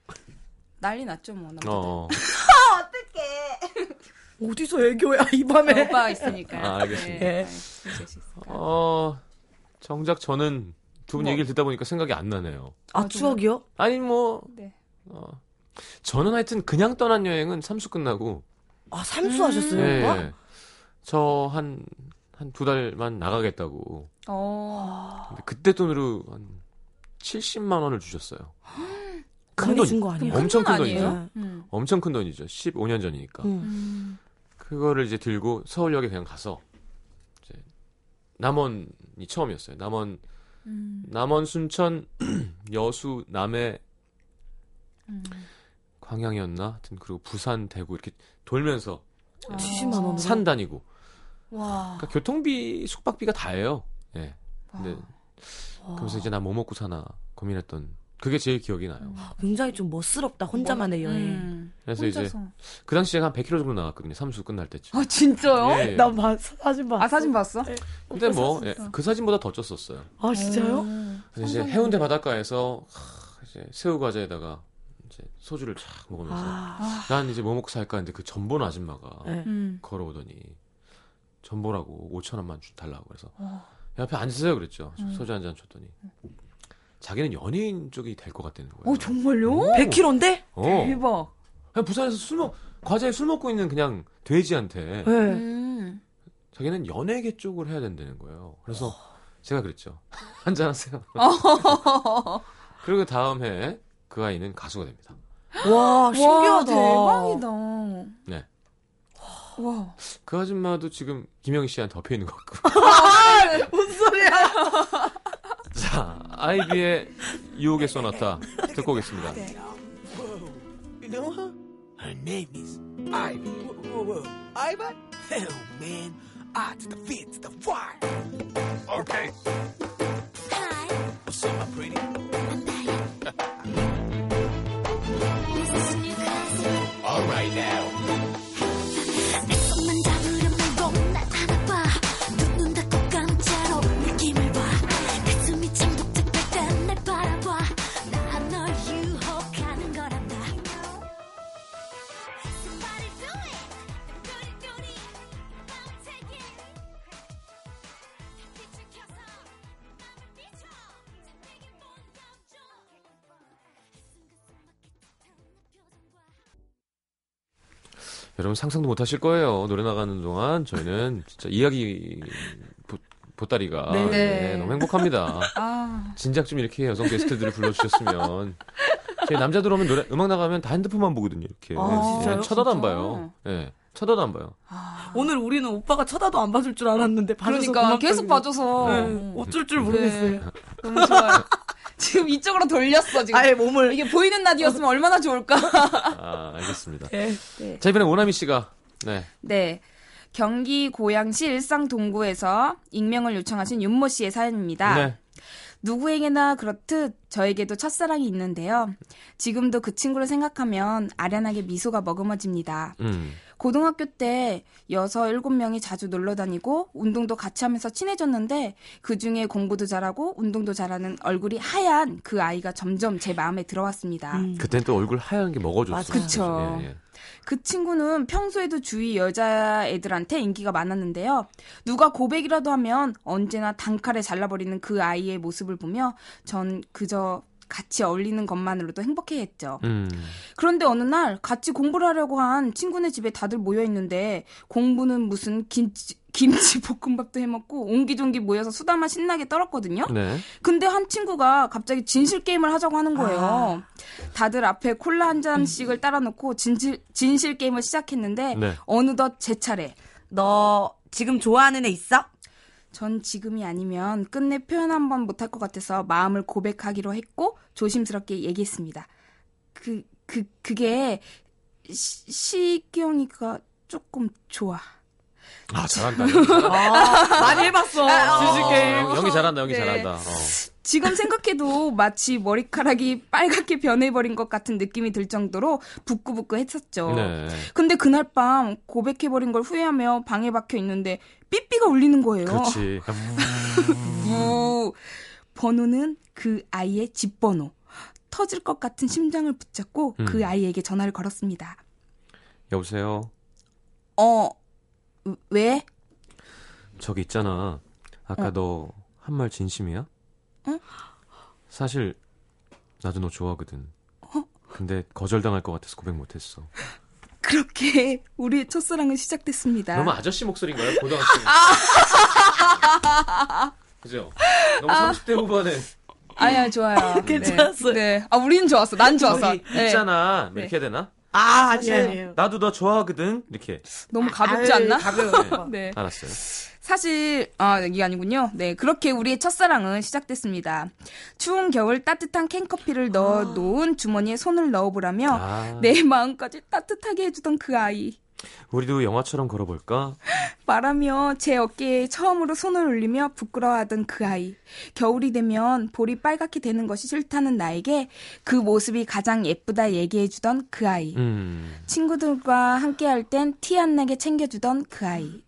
E: 난리 났죠, 뭐. 남자들.
A: 어.
F: 어디서 애교야 이 밤에?
E: 오빠가 있으니까.
A: 아, 알겠습니다.
E: 네.
F: 예.
E: 진짜 있으니까.
A: 어 정작 저는 두
E: 뭐.
A: 분 얘기를 듣다 보니까 생각이 안 나네요.
F: 아 추억이요?
A: 아니 뭐
E: 네.
A: 어, 저는 하여튼 그냥 떠난 여행은 삼수 끝나고
F: 아
E: 음,
F: 삼수하셨어요
A: 예,
F: 오빠?
E: 뭐?
A: 예. 저한 한 두 달만 나가겠다고
E: 어.
A: 근데 그때 돈으로 한 70만 원을 주셨어요. 큰
F: 많이
A: 돈,
F: 준거 아니야?
E: 큰
A: 엄청
E: 돈
A: 큰 돈이죠.
E: 아니에요?
F: 네.
E: 음.
A: 엄청 큰 돈이죠. 15년 전이니까.
F: 음.
A: 그거를 이제 들고 서울역에 그냥 가서 이제 남원이 처음이었어요. 남원
E: 음.
A: 남원 순천 여수 남해
E: 음.
A: 광양이었나? 하여튼 그리고 부산 대구 이렇게 돌면서
E: 아.
F: 70만 원.
E: 음.
A: 산 다니고
E: 와.
A: 그러니까 교통비 네. 숙박비가 다예요. 예. 근데 그러면서 이제 나 뭐 먹고 사나 고민했던 그게 제일 기억이 나요.
F: 굉장히 좀 멋스럽다 혼자만의 여행.
E: 음.
A: 그래서 이제 그 당시에 한 100km 정도 나갔거든요. 삼수 끝날 때쯤.
E: 아 진짜요?
A: 예, 예.
F: 나 봐, 사진 봤어.
E: 아 사진 봤어?
A: 근데 뭐 그 사진보다 더 쪘었어요.
F: 아 진짜요?
E: 음.
A: 그래서 이제 해운대 바닷가에서 하, 이제 새우 과자에다가 이제 소주를 촥 먹으면서
F: 아,
A: 난 이제 뭐 먹고 살까 했는데 그 전본 아줌마가
F: 네.
E: 음.
A: 걸어오더니 전보라고 5천 원만 주- 달라고 그래서 옆에 앉으세요 그랬죠. 소주 한 잔 줬더니 자기는 연예인 쪽이 될 것 같다는 거예요.
E: 어 정말요?
F: 100kg인데?
A: 어.
E: 대박.
A: 그냥 부산에서 술 먹, 과자에 술 먹고 있는 그냥 돼지한테
F: 네.
E: 음.
A: 자기는 연예계 쪽을 해야 된다는 거예요. 그래서 제가 그랬죠. 한잔 하세요. 그리고 다음 해에 그 아이는 가수가 됩니다.
F: 와 신기하다.
E: 와, 대박이다.
A: 네.
E: 와.
A: 그 아줌마도 지금 김영희 씨한테 덮여 있는 것 같고.
F: 무슨 아, 소리야?
A: 자, 아이비의 유혹의 소나타 듣고 오겠습니다.
F: 네.
G: You know her? Her name is Ivy. Whoa, whoa, whoa. Ivy? Hell, man. I to the V to the Y. Okay.
B: Hi,
G: What's up, my pretty?
B: I'm back. this is a new classic.
G: All right now.
B: 손만 잡으려 물고 날 안아봐 눈 닫고 감자로 느낌을 봐 가슴이 침벅침벅 땐날 바라봐 나 널 유혹하는 거란다 Somebody do it! Doody doody Don't take it 빛을 켜서 맘을 비춰 내게 보여줘 한순간 숨막힐 듯한 내 표정과
A: 여러분 상상도 못 하실 거예요. 노래 나가는 동안 저희는 진짜 이야기 보, 보따리가
E: 네.
A: 네, 너무 행복합니다.
E: 아.
A: 진작 좀 이렇게 여성 게스트들을 불러주셨으면. 저희 남자들 오면 노래, 음악 나가면 다 핸드폰만 보거든요, 이렇게. 네,
F: 아, 진짜요?
A: 쳐다도 안
E: 진짜?
A: 봐요. 예. 쳐다도 안 봐요.
F: 오늘 우리는 오빠가 쳐다도 안 봐줄 줄 알았는데 봐줘서
E: 그러니까
F: 고맙다고.
E: 계속 봐줘서
F: 네. 어쩔 줄 모르겠어요.
E: 네. 너무 좋아요. 지금 이쪽으로 돌렸어 지금.
F: 아예 몸을.
E: 네. 이게 보이는 라디오였으면 얼마나 좋을까.
A: 아, 알겠습니다.
F: 네.
A: 자, 이번에 오나미 씨가. 네.
E: 네. 경기 고양시 일상 동구에서 익명을 요청하신 윤모 씨의 사연입니다.
A: 네.
E: 누구에게나 그렇듯 저에게도 첫사랑이 있는데요. 지금도 그 친구를 생각하면 아련하게 미소가 머금어집니다.
A: 음.
E: 고등학교 때 여섯 일곱 명이 자주 놀러 다니고 운동도 같이 하면서 친해졌는데 그 중에 공부도 잘하고 운동도 잘하는 얼굴이 하얀 그 아이가 점점 제 마음에 들어왔습니다.
A: 그땐 또 얼굴 하얀 게 먹어줬어요.
F: 맞아.
E: 그쵸.
A: 예, 예.
E: 그 친구는 평소에도 주위 여자애들한테 인기가 많았는데요. 누가 고백이라도 하면 언제나 단칼에 잘라버리는 그 아이의 모습을 보며 전 그저 같이 어울리는 것만으로도 행복해했죠.
A: 음.
E: 그런데 어느 날 같이 공부를 하려고 한 친구네 집에 다들 모여 있는데 공부는 무슨 김치 김치 볶음밥도 해먹고 옹기종기 모여서 수다만 신나게 떨었거든요.
A: 네.
E: 근데 한 친구가 갑자기 진실 게임을 하자고 하는 거예요. 다들 앞에 콜라 한 잔씩을 따라 놓고 진실 진실 게임을 시작했는데
A: 네.
E: 어느덧 제 차례.
F: 너 지금 좋아하는 애 있어?
E: 전 지금이 아니면 끝내 표현 한 번 못할 것 같아서 마음을 고백하기로 했고 조심스럽게 얘기했습니다. 그, 그, 그게 시, 시경이가 조금 좋아.
A: 아, 잘한다. 연기
F: 아, 많이 해봤어.
A: 잘한다. 연기 잘한다. 연기
E: 네.
A: 잘한다. 어.
E: 지금 생각해도 마치 머리카락이 빨갛게 변해버린 것 같은 느낌이 들 정도로 부끄부끄했었죠.
A: 네.
E: 근데 그날 밤 고백해버린 걸 후회하며 방에 박혀 있는데 삐삐가 울리는 거예요.
A: 그렇지.
E: 무. 번호는 그 아이의 집 번호. 터질 것 같은 심장을 붙잡고
A: 음.
E: 그 아이에게 전화를 걸었습니다.
A: 여보세요.
E: 어, 으, 왜?
A: 저기 있잖아. 아까 너 한 말 진심이야?
E: 응?
A: 사실 나도 너 좋아하거든.
E: 어?
A: 근데 거절당할 것 같아서 고백 못했어.
E: 그렇게 우리의 첫사랑은 시작됐습니다.
A: 너무 아저씨 목소리인가요? 고등학생.
E: 아.
A: 그죠? 너무 30대 후반에
E: 아야, 좋아요.
F: 괜찮았어요.
E: 네. 네. 아, 우린 좋았어. 난 좋았어.
F: 저기
E: 네.
A: 있잖아. 뭐 이렇게 해야 되나?
F: 아, 아니, 아니에요.
A: 나도 너 좋아하거든. 이렇게.
E: 네. 너무 가볍지 않나?
F: 가벼워.
E: 네.
A: 알았어요.
E: 사실 아 이게 아니군요. 네 그렇게 우리의 첫사랑은 시작됐습니다. 추운 겨울 따뜻한 캔커피를 넣어 놓은 주머니에 손을 넣어보라며
A: 아.
E: 내 마음까지 따뜻하게 해주던 그 아이.
A: 우리도 영화처럼 걸어볼까?
E: 말하며 제 어깨에 처음으로 손을 올리며 부끄러워하던 그 아이. 겨울이 되면 볼이 빨갛게 되는 것이 싫다는 나에게 그 모습이 가장 예쁘다 얘기해주던 그 아이.
A: 음.
E: 친구들과 함께할 땐 티 안 나게 챙겨주던 그 아이.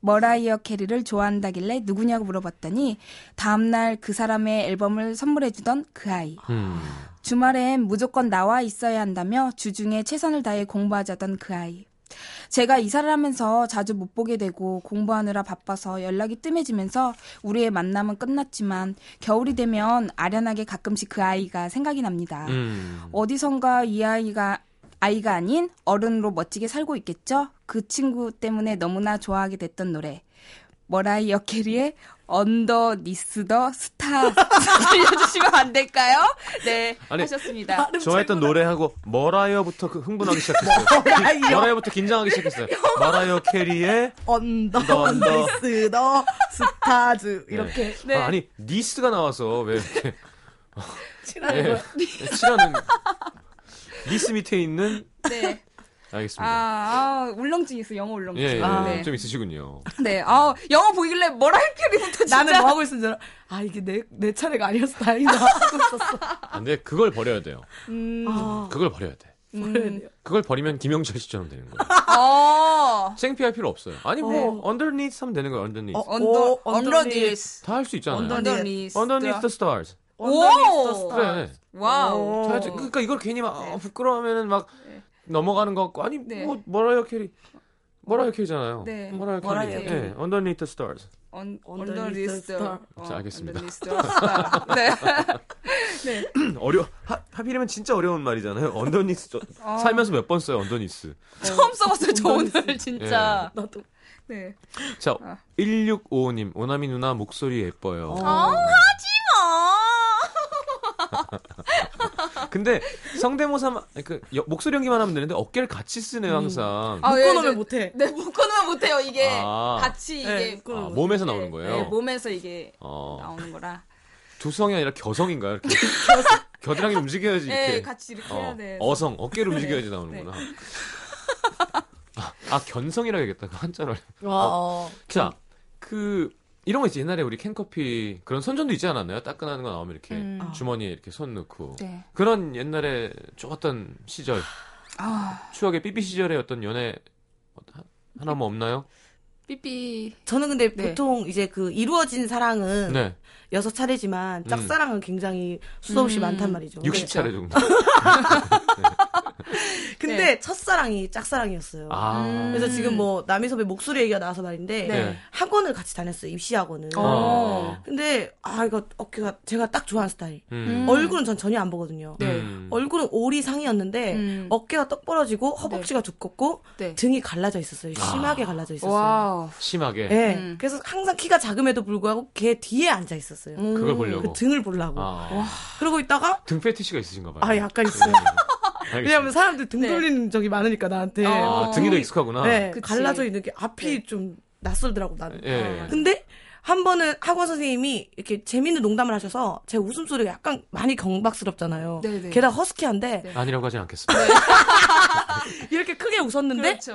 E: 머라이어 캐리를 좋아한다길래 누구냐고 물어봤더니 다음날 그 사람의 앨범을 선물해주던 그 아이.
A: 음.
E: 주말엔 무조건 나와 있어야 한다며 주중에 최선을 다해 공부하자던 그 아이. 제가 이사를 하면서 자주 못 보게 되고 공부하느라 바빠서 연락이 뜸해지면서 우리의 만남은 끝났지만 겨울이 되면 아련하게 가끔씩 그 아이가 생각이 납니다.
A: 음.
E: 어디선가 이 아이가 아이가 아닌 어른으로 멋지게 살고 있겠죠? 그 친구 때문에 너무나 좋아하게 됐던 노래. 머라이어 캐리의 언더 니스 더 스타 들려주시면 안 될까요? 네
A: 아니,
E: 하셨습니다.
A: 좋아했던 노래하고 머라이어부터 그 흥분하기 시작했어요. 머라이어부터 긴장하기 시작했어요. 머라이어 캐리의
F: 언더
A: 언더, 언더.
F: 언더스 더 스타즈 이렇게
E: 네.
A: 아, 니 니스가 나와서 왜 이렇게
F: 뭐,
A: 칠하는 칠하는 니스 밑에 있는
E: 네. 아,
A: 알겠습니다.
E: 아 울렁증 있어 영어 울렁증.
A: 예, 예,
F: 아.
A: 예,
E: 네.
A: 좀 있으시군요.
E: 네. 아 영어 보이길래 머라이어 캐리부터 진짜.
F: 나는 뭐 하고 있었는지 알아. 아 이게 내 내 차례가 아니었어 다행이다 하고 있었어
A: 안 돼, 아, 그걸 버려야 돼요.
F: 아,
A: 그걸 버려야 돼.
F: 그래야
E: 음.
F: 돼요.
A: 그걸 버리면 김영철 씨처럼 되는 거예요.
E: 어.
A: 창피할 필요 없어요. 아니 뭐 underneath 하면 되는 거예요. underneath.
F: 어,
E: 언더
F: 오,
E: 언더
F: 언더니스.
E: 니스.
A: 다 할 수 있잖아요.
F: Underneath.
E: 언더니스.
A: underneath the stars.
F: 언더니스 더
A: 그래.
F: 스타즈.
E: 아, 와우.
A: 다 할 수- 그러니까 이걸 괜히 막 어, 부끄러워하면은 막 넘어가는 것 같고 아니
E: 네.
A: 뭐 뭐라요 캐리 뭐라요 캐리잖아요.
E: 네.
A: 뭐라요
E: 뭐라요
A: 캐리.
E: 캐리.
A: 예, underneath the stars.
E: 언
F: 언더
E: 언더
F: 리스
E: 리스.
F: 스타.
A: 어, 자, 알겠습니다.
E: 네.
F: 네.
A: 어려 하, 하필이면 진짜 어려운 말이잖아요. underneath 저- 살면서 몇 번 써요 underneath.
E: 처음 써봤어요, 저 오늘 진짜.
F: 나도
E: 네.
A: 자 1655님 오나미 누나 목소리 예뻐요.
E: 어, 아.
A: 근데 성대모사 그 여- 목소리 연기만 하면 되는데 어깨를 같이 쓰네요 항상.
E: 아, 예,
F: 끊으면
E: 저-
F: 못해
E: 네, 묶어놓으면 못해요, 이게.
A: 아.
E: 같이 이게.
F: 네, 묶어놓으면
A: 아, 몸에서 나오는
E: 네,
A: 거예요.
E: 네, 몸에서 이게
A: 어,
E: 나오는 거라.
A: 두성이 아니라 겨성인가요? 이렇게 겨드랑이 움직여야지 이렇게.
E: 네, 같이 이렇게 해야 네, 돼.
A: 어, 성 어깨를 움직여야지 나오는구나. 아, 아, 견성이라고 얘기했다. 그 한자로.
F: 와
E: 음.
A: 자, 그 이런 거 있지. 옛날에 우리 캔커피 그런 선전도 있지 않았나요? 따끈한 거 나오면 이렇게 주머니에 이렇게 손 넣고.
E: 음. 네.
A: 그런 옛날에 좋았던 시절,
E: 아,
A: 추억의 삐삐 시절의 어떤 연애 하- 하나 뭐 없나요?
E: 삐삐.
F: 저는 근데
E: 네.
F: 보통 이제 그 이루어진 사랑은
A: 네. 음.
F: 여섯 차례지만 짝사랑은 굉장히 수도
E: 음.
F: 없이 많단 말이죠. 네.
A: 60차례 정도.
F: 근데
E: 네.
F: 첫사랑이 짝사랑이었어요.
A: 아.
E: 음.
F: 그래서 지금 뭐 남희섭의 목소리 얘기가 나와서 말인데
A: 네.
F: 학원을 같이 다녔어요. 입시 학원을.
A: 어.
F: 근데 아 이거 어깨가 제가 딱 좋아하는 스타일.
A: 음.
F: 얼굴은 전 전혀 안 보거든요.
E: 네.
A: 음.
F: 얼굴은 오리 상이었는데
E: 음.
F: 어깨가 떡 벌어지고 허벅지가 두껍고
E: 네.
F: 등이 갈라져 있었어요.
A: 아.
F: 심하게 갈라져 있었어요.
E: 와우.
A: 심하게.
F: 예.
E: 음.
F: 그래서 항상 키가 작음에도 불구하고 걔 뒤에 앉아 있었어요.
E: 음.
A: 그걸 보려고.
F: 그 등을 보려고.
A: 아.
F: 그러고 있다가
A: 등 패티시가 있으신가 봐요.
F: 아 약간 있어요.
A: 네. 알겠습니다.
F: 왜냐면 사람들 등
E: 네.
F: 돌리는 적이 많으니까 나한테.
A: 아,
E: 어.
A: 등이 더 익숙하구나.
F: 네,
E: 그치. 네.
F: 갈라져 있는 게 앞이 좀 낯설더라고 나는.
A: 예, 예.
F: 근데 한 번은 학원 선생님이 이렇게 재밌는 농담을 하셔서 제 웃음소리가 약간 많이 경박스럽잖아요.
E: 네네.
F: 게다가 허스키한데
A: 아니라고 하진
E: 네.
A: 않겠습니다.
F: 이렇게 크게 웃었는데 네. 그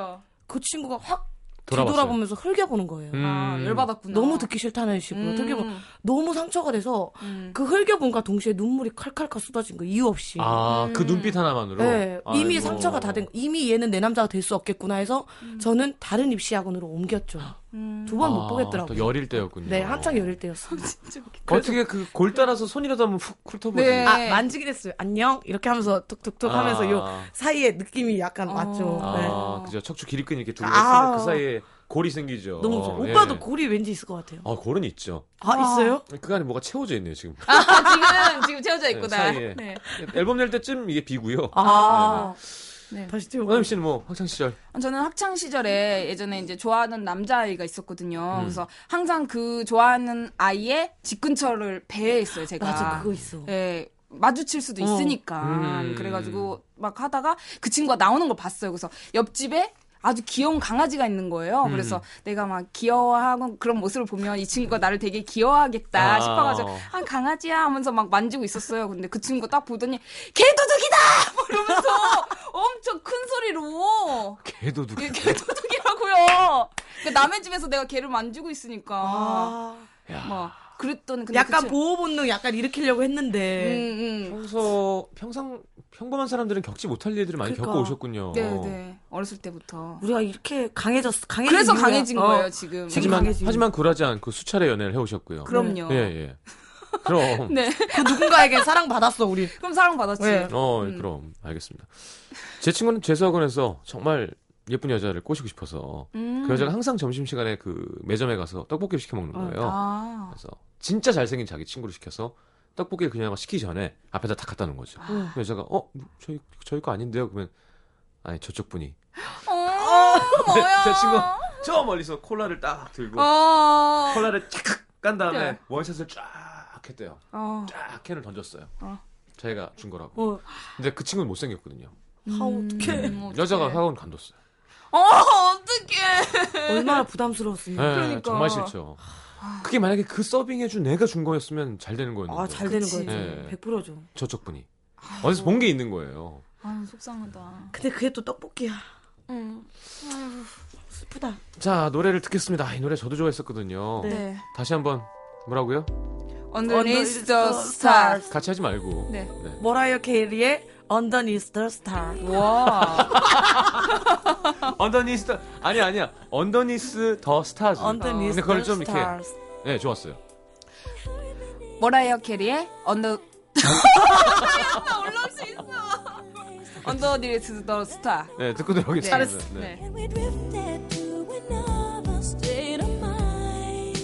E: 그렇죠.
F: 친구가 확
A: 돌아봤어요.
F: 뒤돌아보면서 흘겨보는 거예요.
E: 아,
A: 음.
E: 열받았구나.
F: 너무 듣기 싫다는 식으로
E: 음.
F: 되게 막 너무 상처가 돼서
E: 음.
F: 그 흘겨본과 동시에 눈물이 칼칼칼 쏟아진 거 이유 없이.
A: 아, 그 눈빛 하나만으로.
F: 음. 네, 이미
A: 아이고.
F: 상처가 다 된, 거. 이미 얘는 내 남자가 될 수 없겠구나 해서
E: 음.
F: 저는 다른 입시 학원으로 옮겼죠. 그 두 번 못
A: 아,
F: 보겠더라고요.
A: 또 여릴 때였군요.
F: 네, 한창 여릴 때였어요.
A: 어떻게 그 골 따라서 손이라도 한번 훅 훑어보세요.
E: 네.
F: 아, 만지긴 했어요. 안녕? 이렇게 하면서 톡톡톡
A: 아.
F: 하면서 요 사이에 느낌이 약간
E: 어.
F: 왔죠. 네.
A: 아, 그죠. 척추 기립근 이렇게 두 개가
F: 아.
A: 그 사이에 골이 생기죠.
F: 너무 좋죠.
A: 예.
F: 오빠도 골이 왠지 있을 것 같아요.
A: 아, 골은 있죠.
F: 아, 있어요?
A: 그 안에 뭐가 채워져 있네요, 지금.
E: 아, 지금, 지금 채워져 있구나.
A: 네, 사이에.
E: 네.
A: 앨범 낼 때쯤 이게 비고요.
F: 아.
E: 네.
F: 다시 뛰어.
A: 원남 씨는 뭐, 학창시절.
E: 아, 저는 학창 시절에 예전에 이제 좋아하는 남자아이가
A: 음.
E: 있었거든요. 그래서 항상 그 좋아하는 아이의 집 근처를 배회했어요, 제가.
F: 맞아, 그거 있어.
E: 예. 마주칠 수도 있으니까.
A: 어. 음.
E: 그래가지고 막 하다가 그 친구가 나오는 걸 봤어요. 그래서 옆집에 아주 귀여운 강아지가 있는
A: 음.
E: 거예요. 그래서 내가 막 귀여워하고 그런 모습을 보면 이 친구가 나를 되게 귀여워하겠다
A: 아.
E: 싶어가지고 아 강아지야 하면서 막 만지고 있었어요. 근데 그 친구 딱 보더니 개도둑이다 막 이러면서 엄청 큰 소리로
A: 개도둑.
E: 예, 개도둑이라고요. 그러니까 남의 집에서 내가 개를 만지고 있으니까 막 그랬더니 아. 근데
F: 아. 약간
E: 그 친-
F: 보호 네. 본능 약간 일으키려고 했는데
E: 음, 음.
A: 평소 평상 평범한 사람들은 겪지 못할 일들을 많이
F: 그러니까.
A: 겪어 오셨군요.
E: 네, 네. 어렸을 때부터.
F: 우리가 이렇게 강해졌어. 강해
E: 그래서 강해진 거예요, 지금.
F: 지금
A: 하지만
F: 강해지고.
A: 하지만 굴하지 않고 수차례 연애를 해 오셨고요.
E: 그럼요.
A: 예, 예. 그럼.
E: 네.
F: 그 누군가에게 사랑 받았어 우리.
E: 그럼 사랑받았지.
F: 네.
A: 어, 그럼 알겠습니다. 제 친구는 재수학원에서 정말 예쁜 여자를 꼬시고 싶어서
E: 음.
A: 그 여자가 항상 점심 시간에 그 매점에 가서 떡볶이를 시켜 먹는 거예요.
E: 아.
A: 그래서 진짜 잘생긴 자기 친구를 시켜서 떡볶이를 그냥 시키기 전에 앞에다 다 갖다 놓은 거죠. 그 여자가 어 저희 저희 거 아닌데요? 그러면 아니 저쪽 분이
E: 어,
A: 네,
E: 뭐야.
A: 제 친구 저 멀리서 콜라를 딱 들고
E: 어.
A: 콜라를 착 깐 다음에
E: 네.
A: 원샷을 쫙 했대요.
E: 어.
A: 쫙 캔을 던졌어요.
E: 어.
A: 자기가 준 거라고.
F: 어.
A: 근데 그 친구는 못생겼거든요.
E: 어,
F: 아 어떡해.
E: 음, 어떡해.
A: 여자가 학원 간뒀어요.
E: 어, 어떡해.
F: 얼마나 부담스러웠습니까.
A: 예,
E: 그러니까.
A: 정말 싫죠. 그게 만약에 그 서빙해준 애가 준 거였으면 잘 되는 거였는데
F: 아 잘 되는
E: 그치.
F: 거였죠.
A: 예.
F: 100%죠.
A: 저쪽 분이 어디서 본 게 있는 거예요.
E: 아, 속상하다. 음,
F: 근데 그게 또 떡볶이야.
E: 응.
F: 슬프다.
A: 자 노래를 듣겠습니다. 아, 이 노래 저도 좋아했었거든요.
E: 네.
A: 다시 한번 뭐라고요?
E: Underneath the stars.
A: 같이 하지 말고.
E: 네.
F: 모라이어 케리의 Underneath the Star.
E: 와.
A: 언더니스 더 아니 아니야. 언더니스 더 스타즈.
F: Underneath
A: 아. 근데 그걸
F: the
A: 좀 이렇게
F: Stars.
A: 네 좋았어요.
E: 모라이어 캐리의 언더. 나 올라올 수 있어. 언더니스 더 스타.
A: 네 듣고 들어오겠습니다.
E: 잘했어. 네.
B: And we drifted to another state of mind.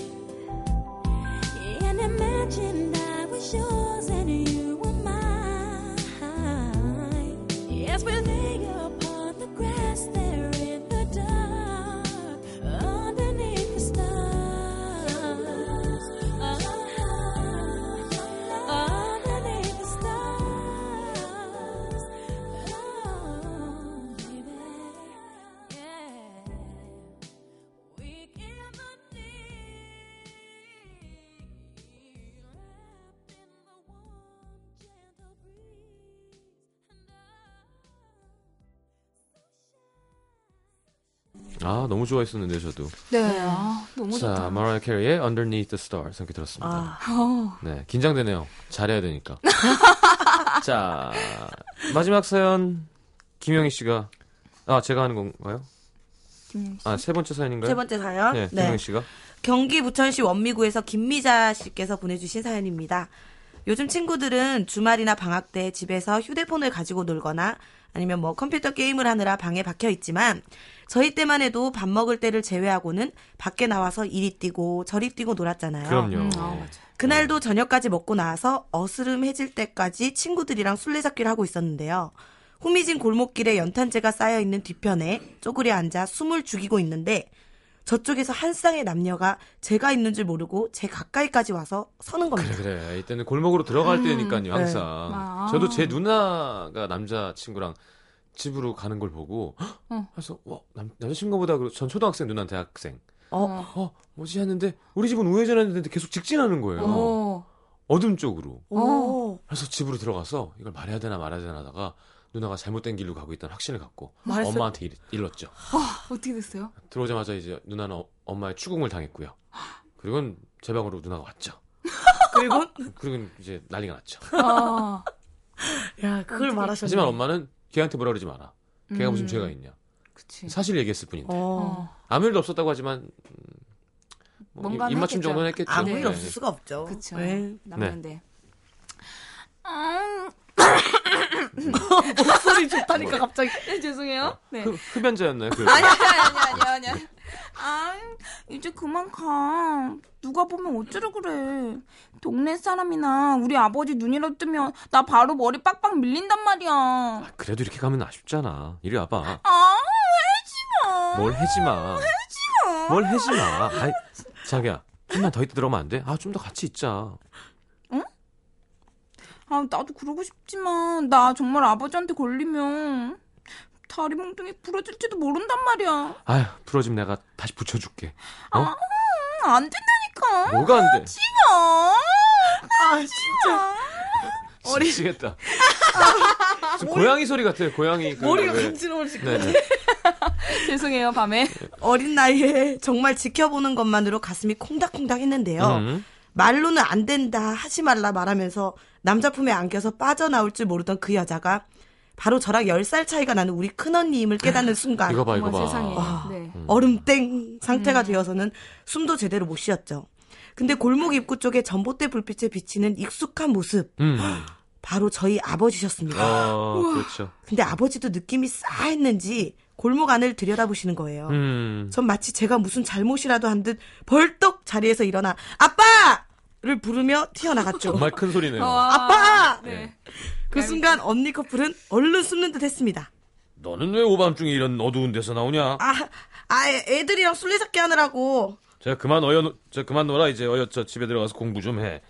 B: And imagined I was yours and you were mine. Yes, we lay upon the grass there in the dark, underneath the stars. Uh-huh. Ah, underneath the stars. Oh, baby. Yeah. Weak in the knee, wrapped in the warm, gentle breeze, and
A: 아 너무 좋아했었는데 저도.
E: 네. 아, 너무 좋다.
A: 자 마라이 캐리의 Underneath the Stars 이렇게 들었습니다. 네 긴장되네요. 잘해야 되니까. 자 마지막 사연 김영희 씨가 아 제가 하는 건가요? 아 세 번째 사연인가요?
F: 세 번째 사연.
A: 네,
F: 네.
A: 김영희 씨가
F: 경기 부천시 원미구에서 김미자 씨께서 보내주신 사연입니다. 요즘 친구들은 주말이나 방학 때 집에서 휴대폰을 가지고 놀거나 아니면 뭐 컴퓨터 게임을 하느라 방에 박혀 있지만 저희 때만 해도 밥 먹을 때를 제외하고는 밖에 나와서 이리 뛰고 저리 뛰고 놀았잖아요.
A: 그럼요.
F: 그날도 저녁까지 먹고 나와서 어스름해질 때까지 친구들이랑 술래잡기를 하고 있었는데요. 후미진 골목길에 연탄재가 쌓여있는 뒤편에 쪼그려 앉아 숨을 죽이고 있는데 저쪽에서 한 쌍의 남녀가 제가 있는 줄 모르고 제 가까이까지 와서 서는 겁니다.
A: 그래 그래 이때는 골목으로 들어갈 때니까요 항상
E: 아.
A: 저도 제 누나가 남자 친구랑 집으로 가는 걸 보고 헉!
E: 어.
A: 그래서 와, 남, 남자친구보다 그- 전 초등학생 누나는 대학생
F: 어,
A: 어 뭐지 하는데 우리 집은 우회전했는데 계속 직진하는 거예요
E: 오.
A: 어둠 쪽으로
F: 오,
A: 그래서 집으로 들어가서 이걸 말해야 되나 말아야 되나 하다가 누나가 잘못된 길로 가고 있다는 확신을 갖고
F: 말했어요?
A: 엄마한테 일, 일렀죠
E: 어떻게 됐어요?
A: 들어오자마자 이제 누나는 어- 엄마의 추궁을 당했고요 그리고 제 방으로 누나가 왔죠
F: 그리고
A: 그리고 이제 난리가 났죠
E: 아.
F: 야, 그걸 말하셨네.
A: 하지만 엄마는 걔한테 뭐라 그러지 마라. 걔가 무슨
E: 음.
A: 죄가 있냐.
E: 그치.
A: 사실 얘기했을 뿐인데.
F: 어,
E: 어.
A: 아무 일도 없었다고 하지만 음, 뭐
E: 뭔가는
A: 입맞춤
E: 했겠죠.
A: 정도는 했겠죠.
F: 아무
A: 네.
F: 일 없을 수가 없죠.
E: 그쵸.
F: 네. 음.
E: 남편데. 아.
F: 목소리 좋다니까 갑자기. 어.
E: 네, 죄송해요. 네.
A: 흡- 흡연자였나요? 그
E: 아니, 아니, 아니, 아니, 아니. 아, 이제 그만 가. 누가 보면 어쩌려 그래. 동네 사람이나 우리 아버지 눈이라도 뜨면 나 바로 머리 빡빡 밀린단 말이야. 아,
A: 아, 그래도 이렇게 가면 아쉽잖아. 이리 와봐.
E: 해지마.
A: 뭘 해지 마. 뭘 해지 마. 아이, 자기야. 좀만 더 있다 들어오면 안 돼? 아, 좀 더 같이 있자.
E: 아, 나도 그러고 싶지만 나 정말 아버지한테 걸리면 다리 몽둥이 부러질지도 모른단 말이야.
A: 아휴, 부러지면 내가 다시 붙여줄게. 어?
E: 아, 안 된다니까.
A: 뭐가 안 돼?
E: 아,
F: 아 진짜
A: 미치겠다. 지금 고양이 소리 같아요, 고양이. 그
F: 머리가
A: 왜-
F: 간지러워질 것
A: 네네.
F: 같아.
E: 죄송해요, 밤에.
F: 어린 나이에 정말 지켜보는 것만으로 가슴이 콩닥콩닥 했는데요.
A: 음.
F: 말로는 안 된다 하지 말라 말하면서 남자 품에 안겨서 빠져나올 줄 모르던 그 여자가 바로 저랑 10살 차이가 나는 우리 큰언니임을 깨닫는 순간
A: 이거 봐, 이거
E: 어머,
A: 봐.
E: 세상에.
F: 와.
E: 네.
F: 얼음땡 상태가 되어서는 숨도 제대로 못 쉬었죠. 근데 골목 입구 쪽에 전봇대 불빛에 비치는 익숙한 모습
A: 음.
F: 바로 저희 아버지셨습니다.
A: 어, 그렇죠.
F: 근데 아버지도 느낌이 싸했는지 골목 안을 들여다보시는 거예요.
A: 음.
F: 전 마치 제가 무슨 잘못이라도 한 듯 벌떡 자리에서 일어나 아빠를 부르며 튀어나갔죠.
A: 정말 큰 소리네요.
F: 아빠!
A: 네.
F: 그 순간 언니 커플은 얼른 숨는 듯 했습니다.
A: 너는 왜 오밤중에 이런 어두운 데서 나오냐?
F: 아, 아, 애- 애들이랑 술래잡기 하느라고.
A: 제가 그만 어여, 저 그만 놀아 이제 어여 저 집에 들어가서 공부 좀 해.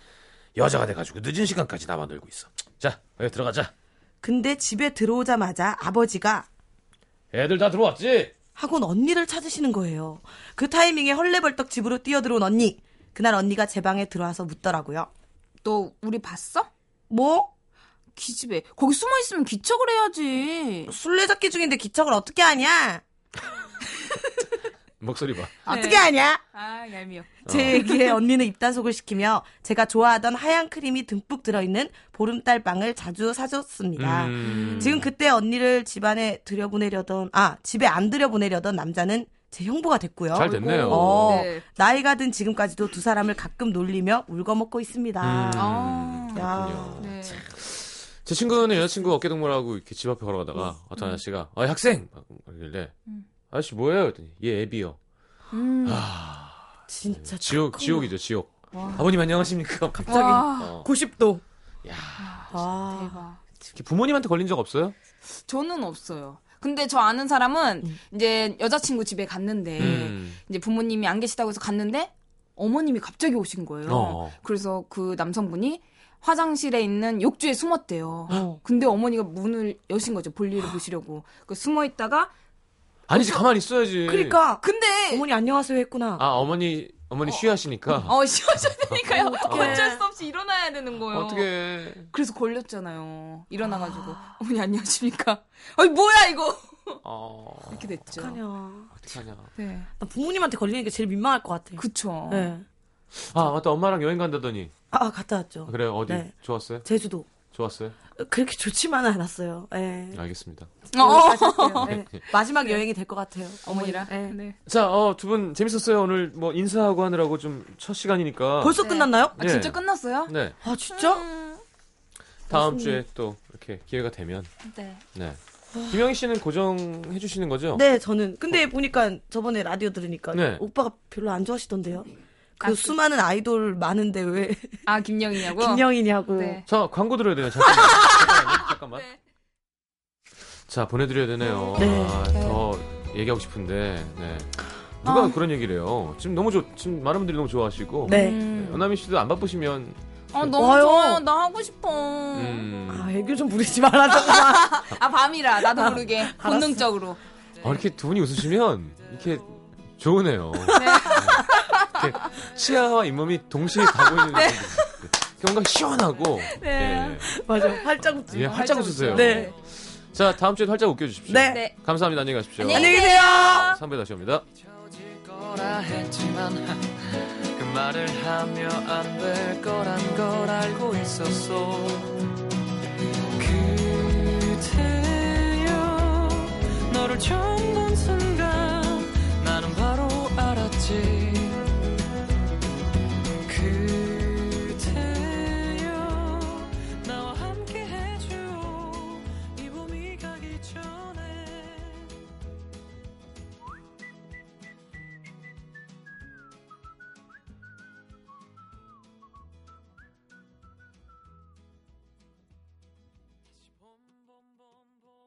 A: 여자가 돼가지고 늦은 시간까지 나만 놀고 있어. 자, 여기 들어가자.
F: 근데 집에 들어오자마자 아버지가
A: 애들 다 들어왔지?
F: 하곤 언니를 찾으시는 거예요. 그 타이밍에 헐레벌떡 집으로 뛰어들어온 언니. 그날 언니가 제 방에 들어와서 묻더라고요.
E: 너 우리 봤어?
F: 뭐?
E: 기집애. 거기 숨어 있으면 기척을 해야지.
F: 술래잡기 중인데 기척을 어떻게 하냐?
A: 목소리 봐.
F: 어떻게 하냐?
E: 아, 얄미워.
A: 어.
F: 제 얘기에 언니는 입단속을 시키며 제가 좋아하던 하얀 크림이 듬뿍 들어있는 보름달 빵을 자주 사줬습니다.
A: 음.
F: 지금 그때 언니를 집안에 들여보내려던 아 집에 안 들여보내려던 남자는 제 형부가 됐고요.
A: 잘 됐네요.
F: 어,
E: 네.
F: 나이가 든 지금까지도 두 사람을 가끔 놀리며 울거먹고 있습니다.
A: 음.
E: 아.
F: 야,
E: 네.
A: 제 친구는 여자친구 어깨동무하고 이렇게 집 앞에 걸어가다가 어떤 아저씨가 아 학생 막 이러길래 아저씨 뭐예요? 그랬더니 얘 애비요.
E: 음.
F: 아. 진짜
A: 지옥 지옥이죠 지옥. 아버님 안녕하십니까? 갑자기.
E: 와,
A: 어.
F: 90도.
A: 야,
F: 아,
E: 대박.
A: 특히 부모님한테 걸린 적 없어요?
E: 저는 없어요. 근데 저 아는 사람은
F: 음.
E: 이제 여자친구 집에 갔는데
A: 음.
E: 이제 부모님이 안 계시다고 해서 갔는데 어머님이 갑자기 오신 거예요.
A: 어.
E: 그래서 그 남성분이 화장실에 있는 욕조에 숨었대요. 근데 어머니가 문을 여신 거죠. 볼일을 보시려고. 그 숨어 있다가
A: 아니지 가만히 있어야지.
F: 그러니까
E: 근데
F: 어머니 안녕하세요 했구나.
A: 네. 아 어머니 어머니 쉬하시니까
E: 어 시원하니까요. 어쩔 수 없이 일어나야 되는 거예요.
A: 어떻게
E: 그래서 걸렸잖아요. 일어나가지고 어머니 안녕하십니까? 아니 뭐야 이거
A: 어
E: 이렇게 됐죠.
F: 어떡하냐.
A: 어떡하냐.
E: 네,
F: 나 부모님한테 걸리는 게 제일 민망할 것 같아.
E: 그쵸.
F: 네.
A: 아 맞다 엄마랑 여행 간다더니
F: 아 갔다 왔죠.
A: 그래 어디
F: 네.
A: 좋았어요?
F: 제주도.
A: 좋았어요?
F: 그렇게 좋지만은 않았어요. 예.
A: 알겠습니다. 네.
E: 어, 네.
F: 가셨어요. 예. 마지막 여행이 될 것 같아요.
E: 어머니랑.
F: 예.
E: 네.
A: 자어두 분 재밌었어요 오늘 뭐 인사하고 하느라고 좀 첫 시간이니까
F: 벌써 끝났나요?
E: 아, 진짜
A: 예.
E: 끝났어요? 음.
A: 네
F: 아 진짜?
A: 다음 주에 또 이렇게 기회가 되면
E: 네.
A: 네 김영희 씨는 고정해 주시는 거죠?
F: 네 저는 근데 보니까 저번에 라디오 들으니까
A: 네.
F: 오빠가 별로 안 좋아하시던데요. 그
E: 아, 그-
F: 수많은 아이돌 많은데 왜
E: 아 김영희냐고.
F: 김영이냐고.
E: 네.
A: 자 광고 들어야 되네 잠깐만 잠깐만요, 잠깐만 자 보내드려야 되네요
F: 네.
A: 아, 더 얘기하고 싶은데 네 누가 그런 얘기를 해요 지금 너무 좋 지금 많은 분들이 너무 좋아하시고
F: 네.
E: 음.
A: 연아미 씨도 안 바쁘시면
E: 아 너무
F: 와요.
E: 좋아요. 나 하고 싶어.
A: 음,
F: 아 애교 좀 부리지 말아줘.
E: 아 밤이라 나도 모르게 본능적으로.
A: 아, 이렇게 두 분이 웃으시면 이렇게 좋으네요. 이렇게 치아와 잇몸이 동시에 가고 있는 네. 뭔가 시원하고 네.
F: 맞아. 활짝 웃지.
A: 예, 활짝 웃으세요.
F: 네.
A: 자 다음 주에 활짝 웃겨주십시오.
F: 네.
E: 네.
A: 감사합니다. 안녕히 가십시오.
E: 안녕히 계세요.
A: 3부에 다시 옵니다.
C: 잊혀질 거라 했지만 그 말을 하며 안 될 거란 걸 알고 있었어 그대여 너를 처음 본 순간 나는 바로 알았지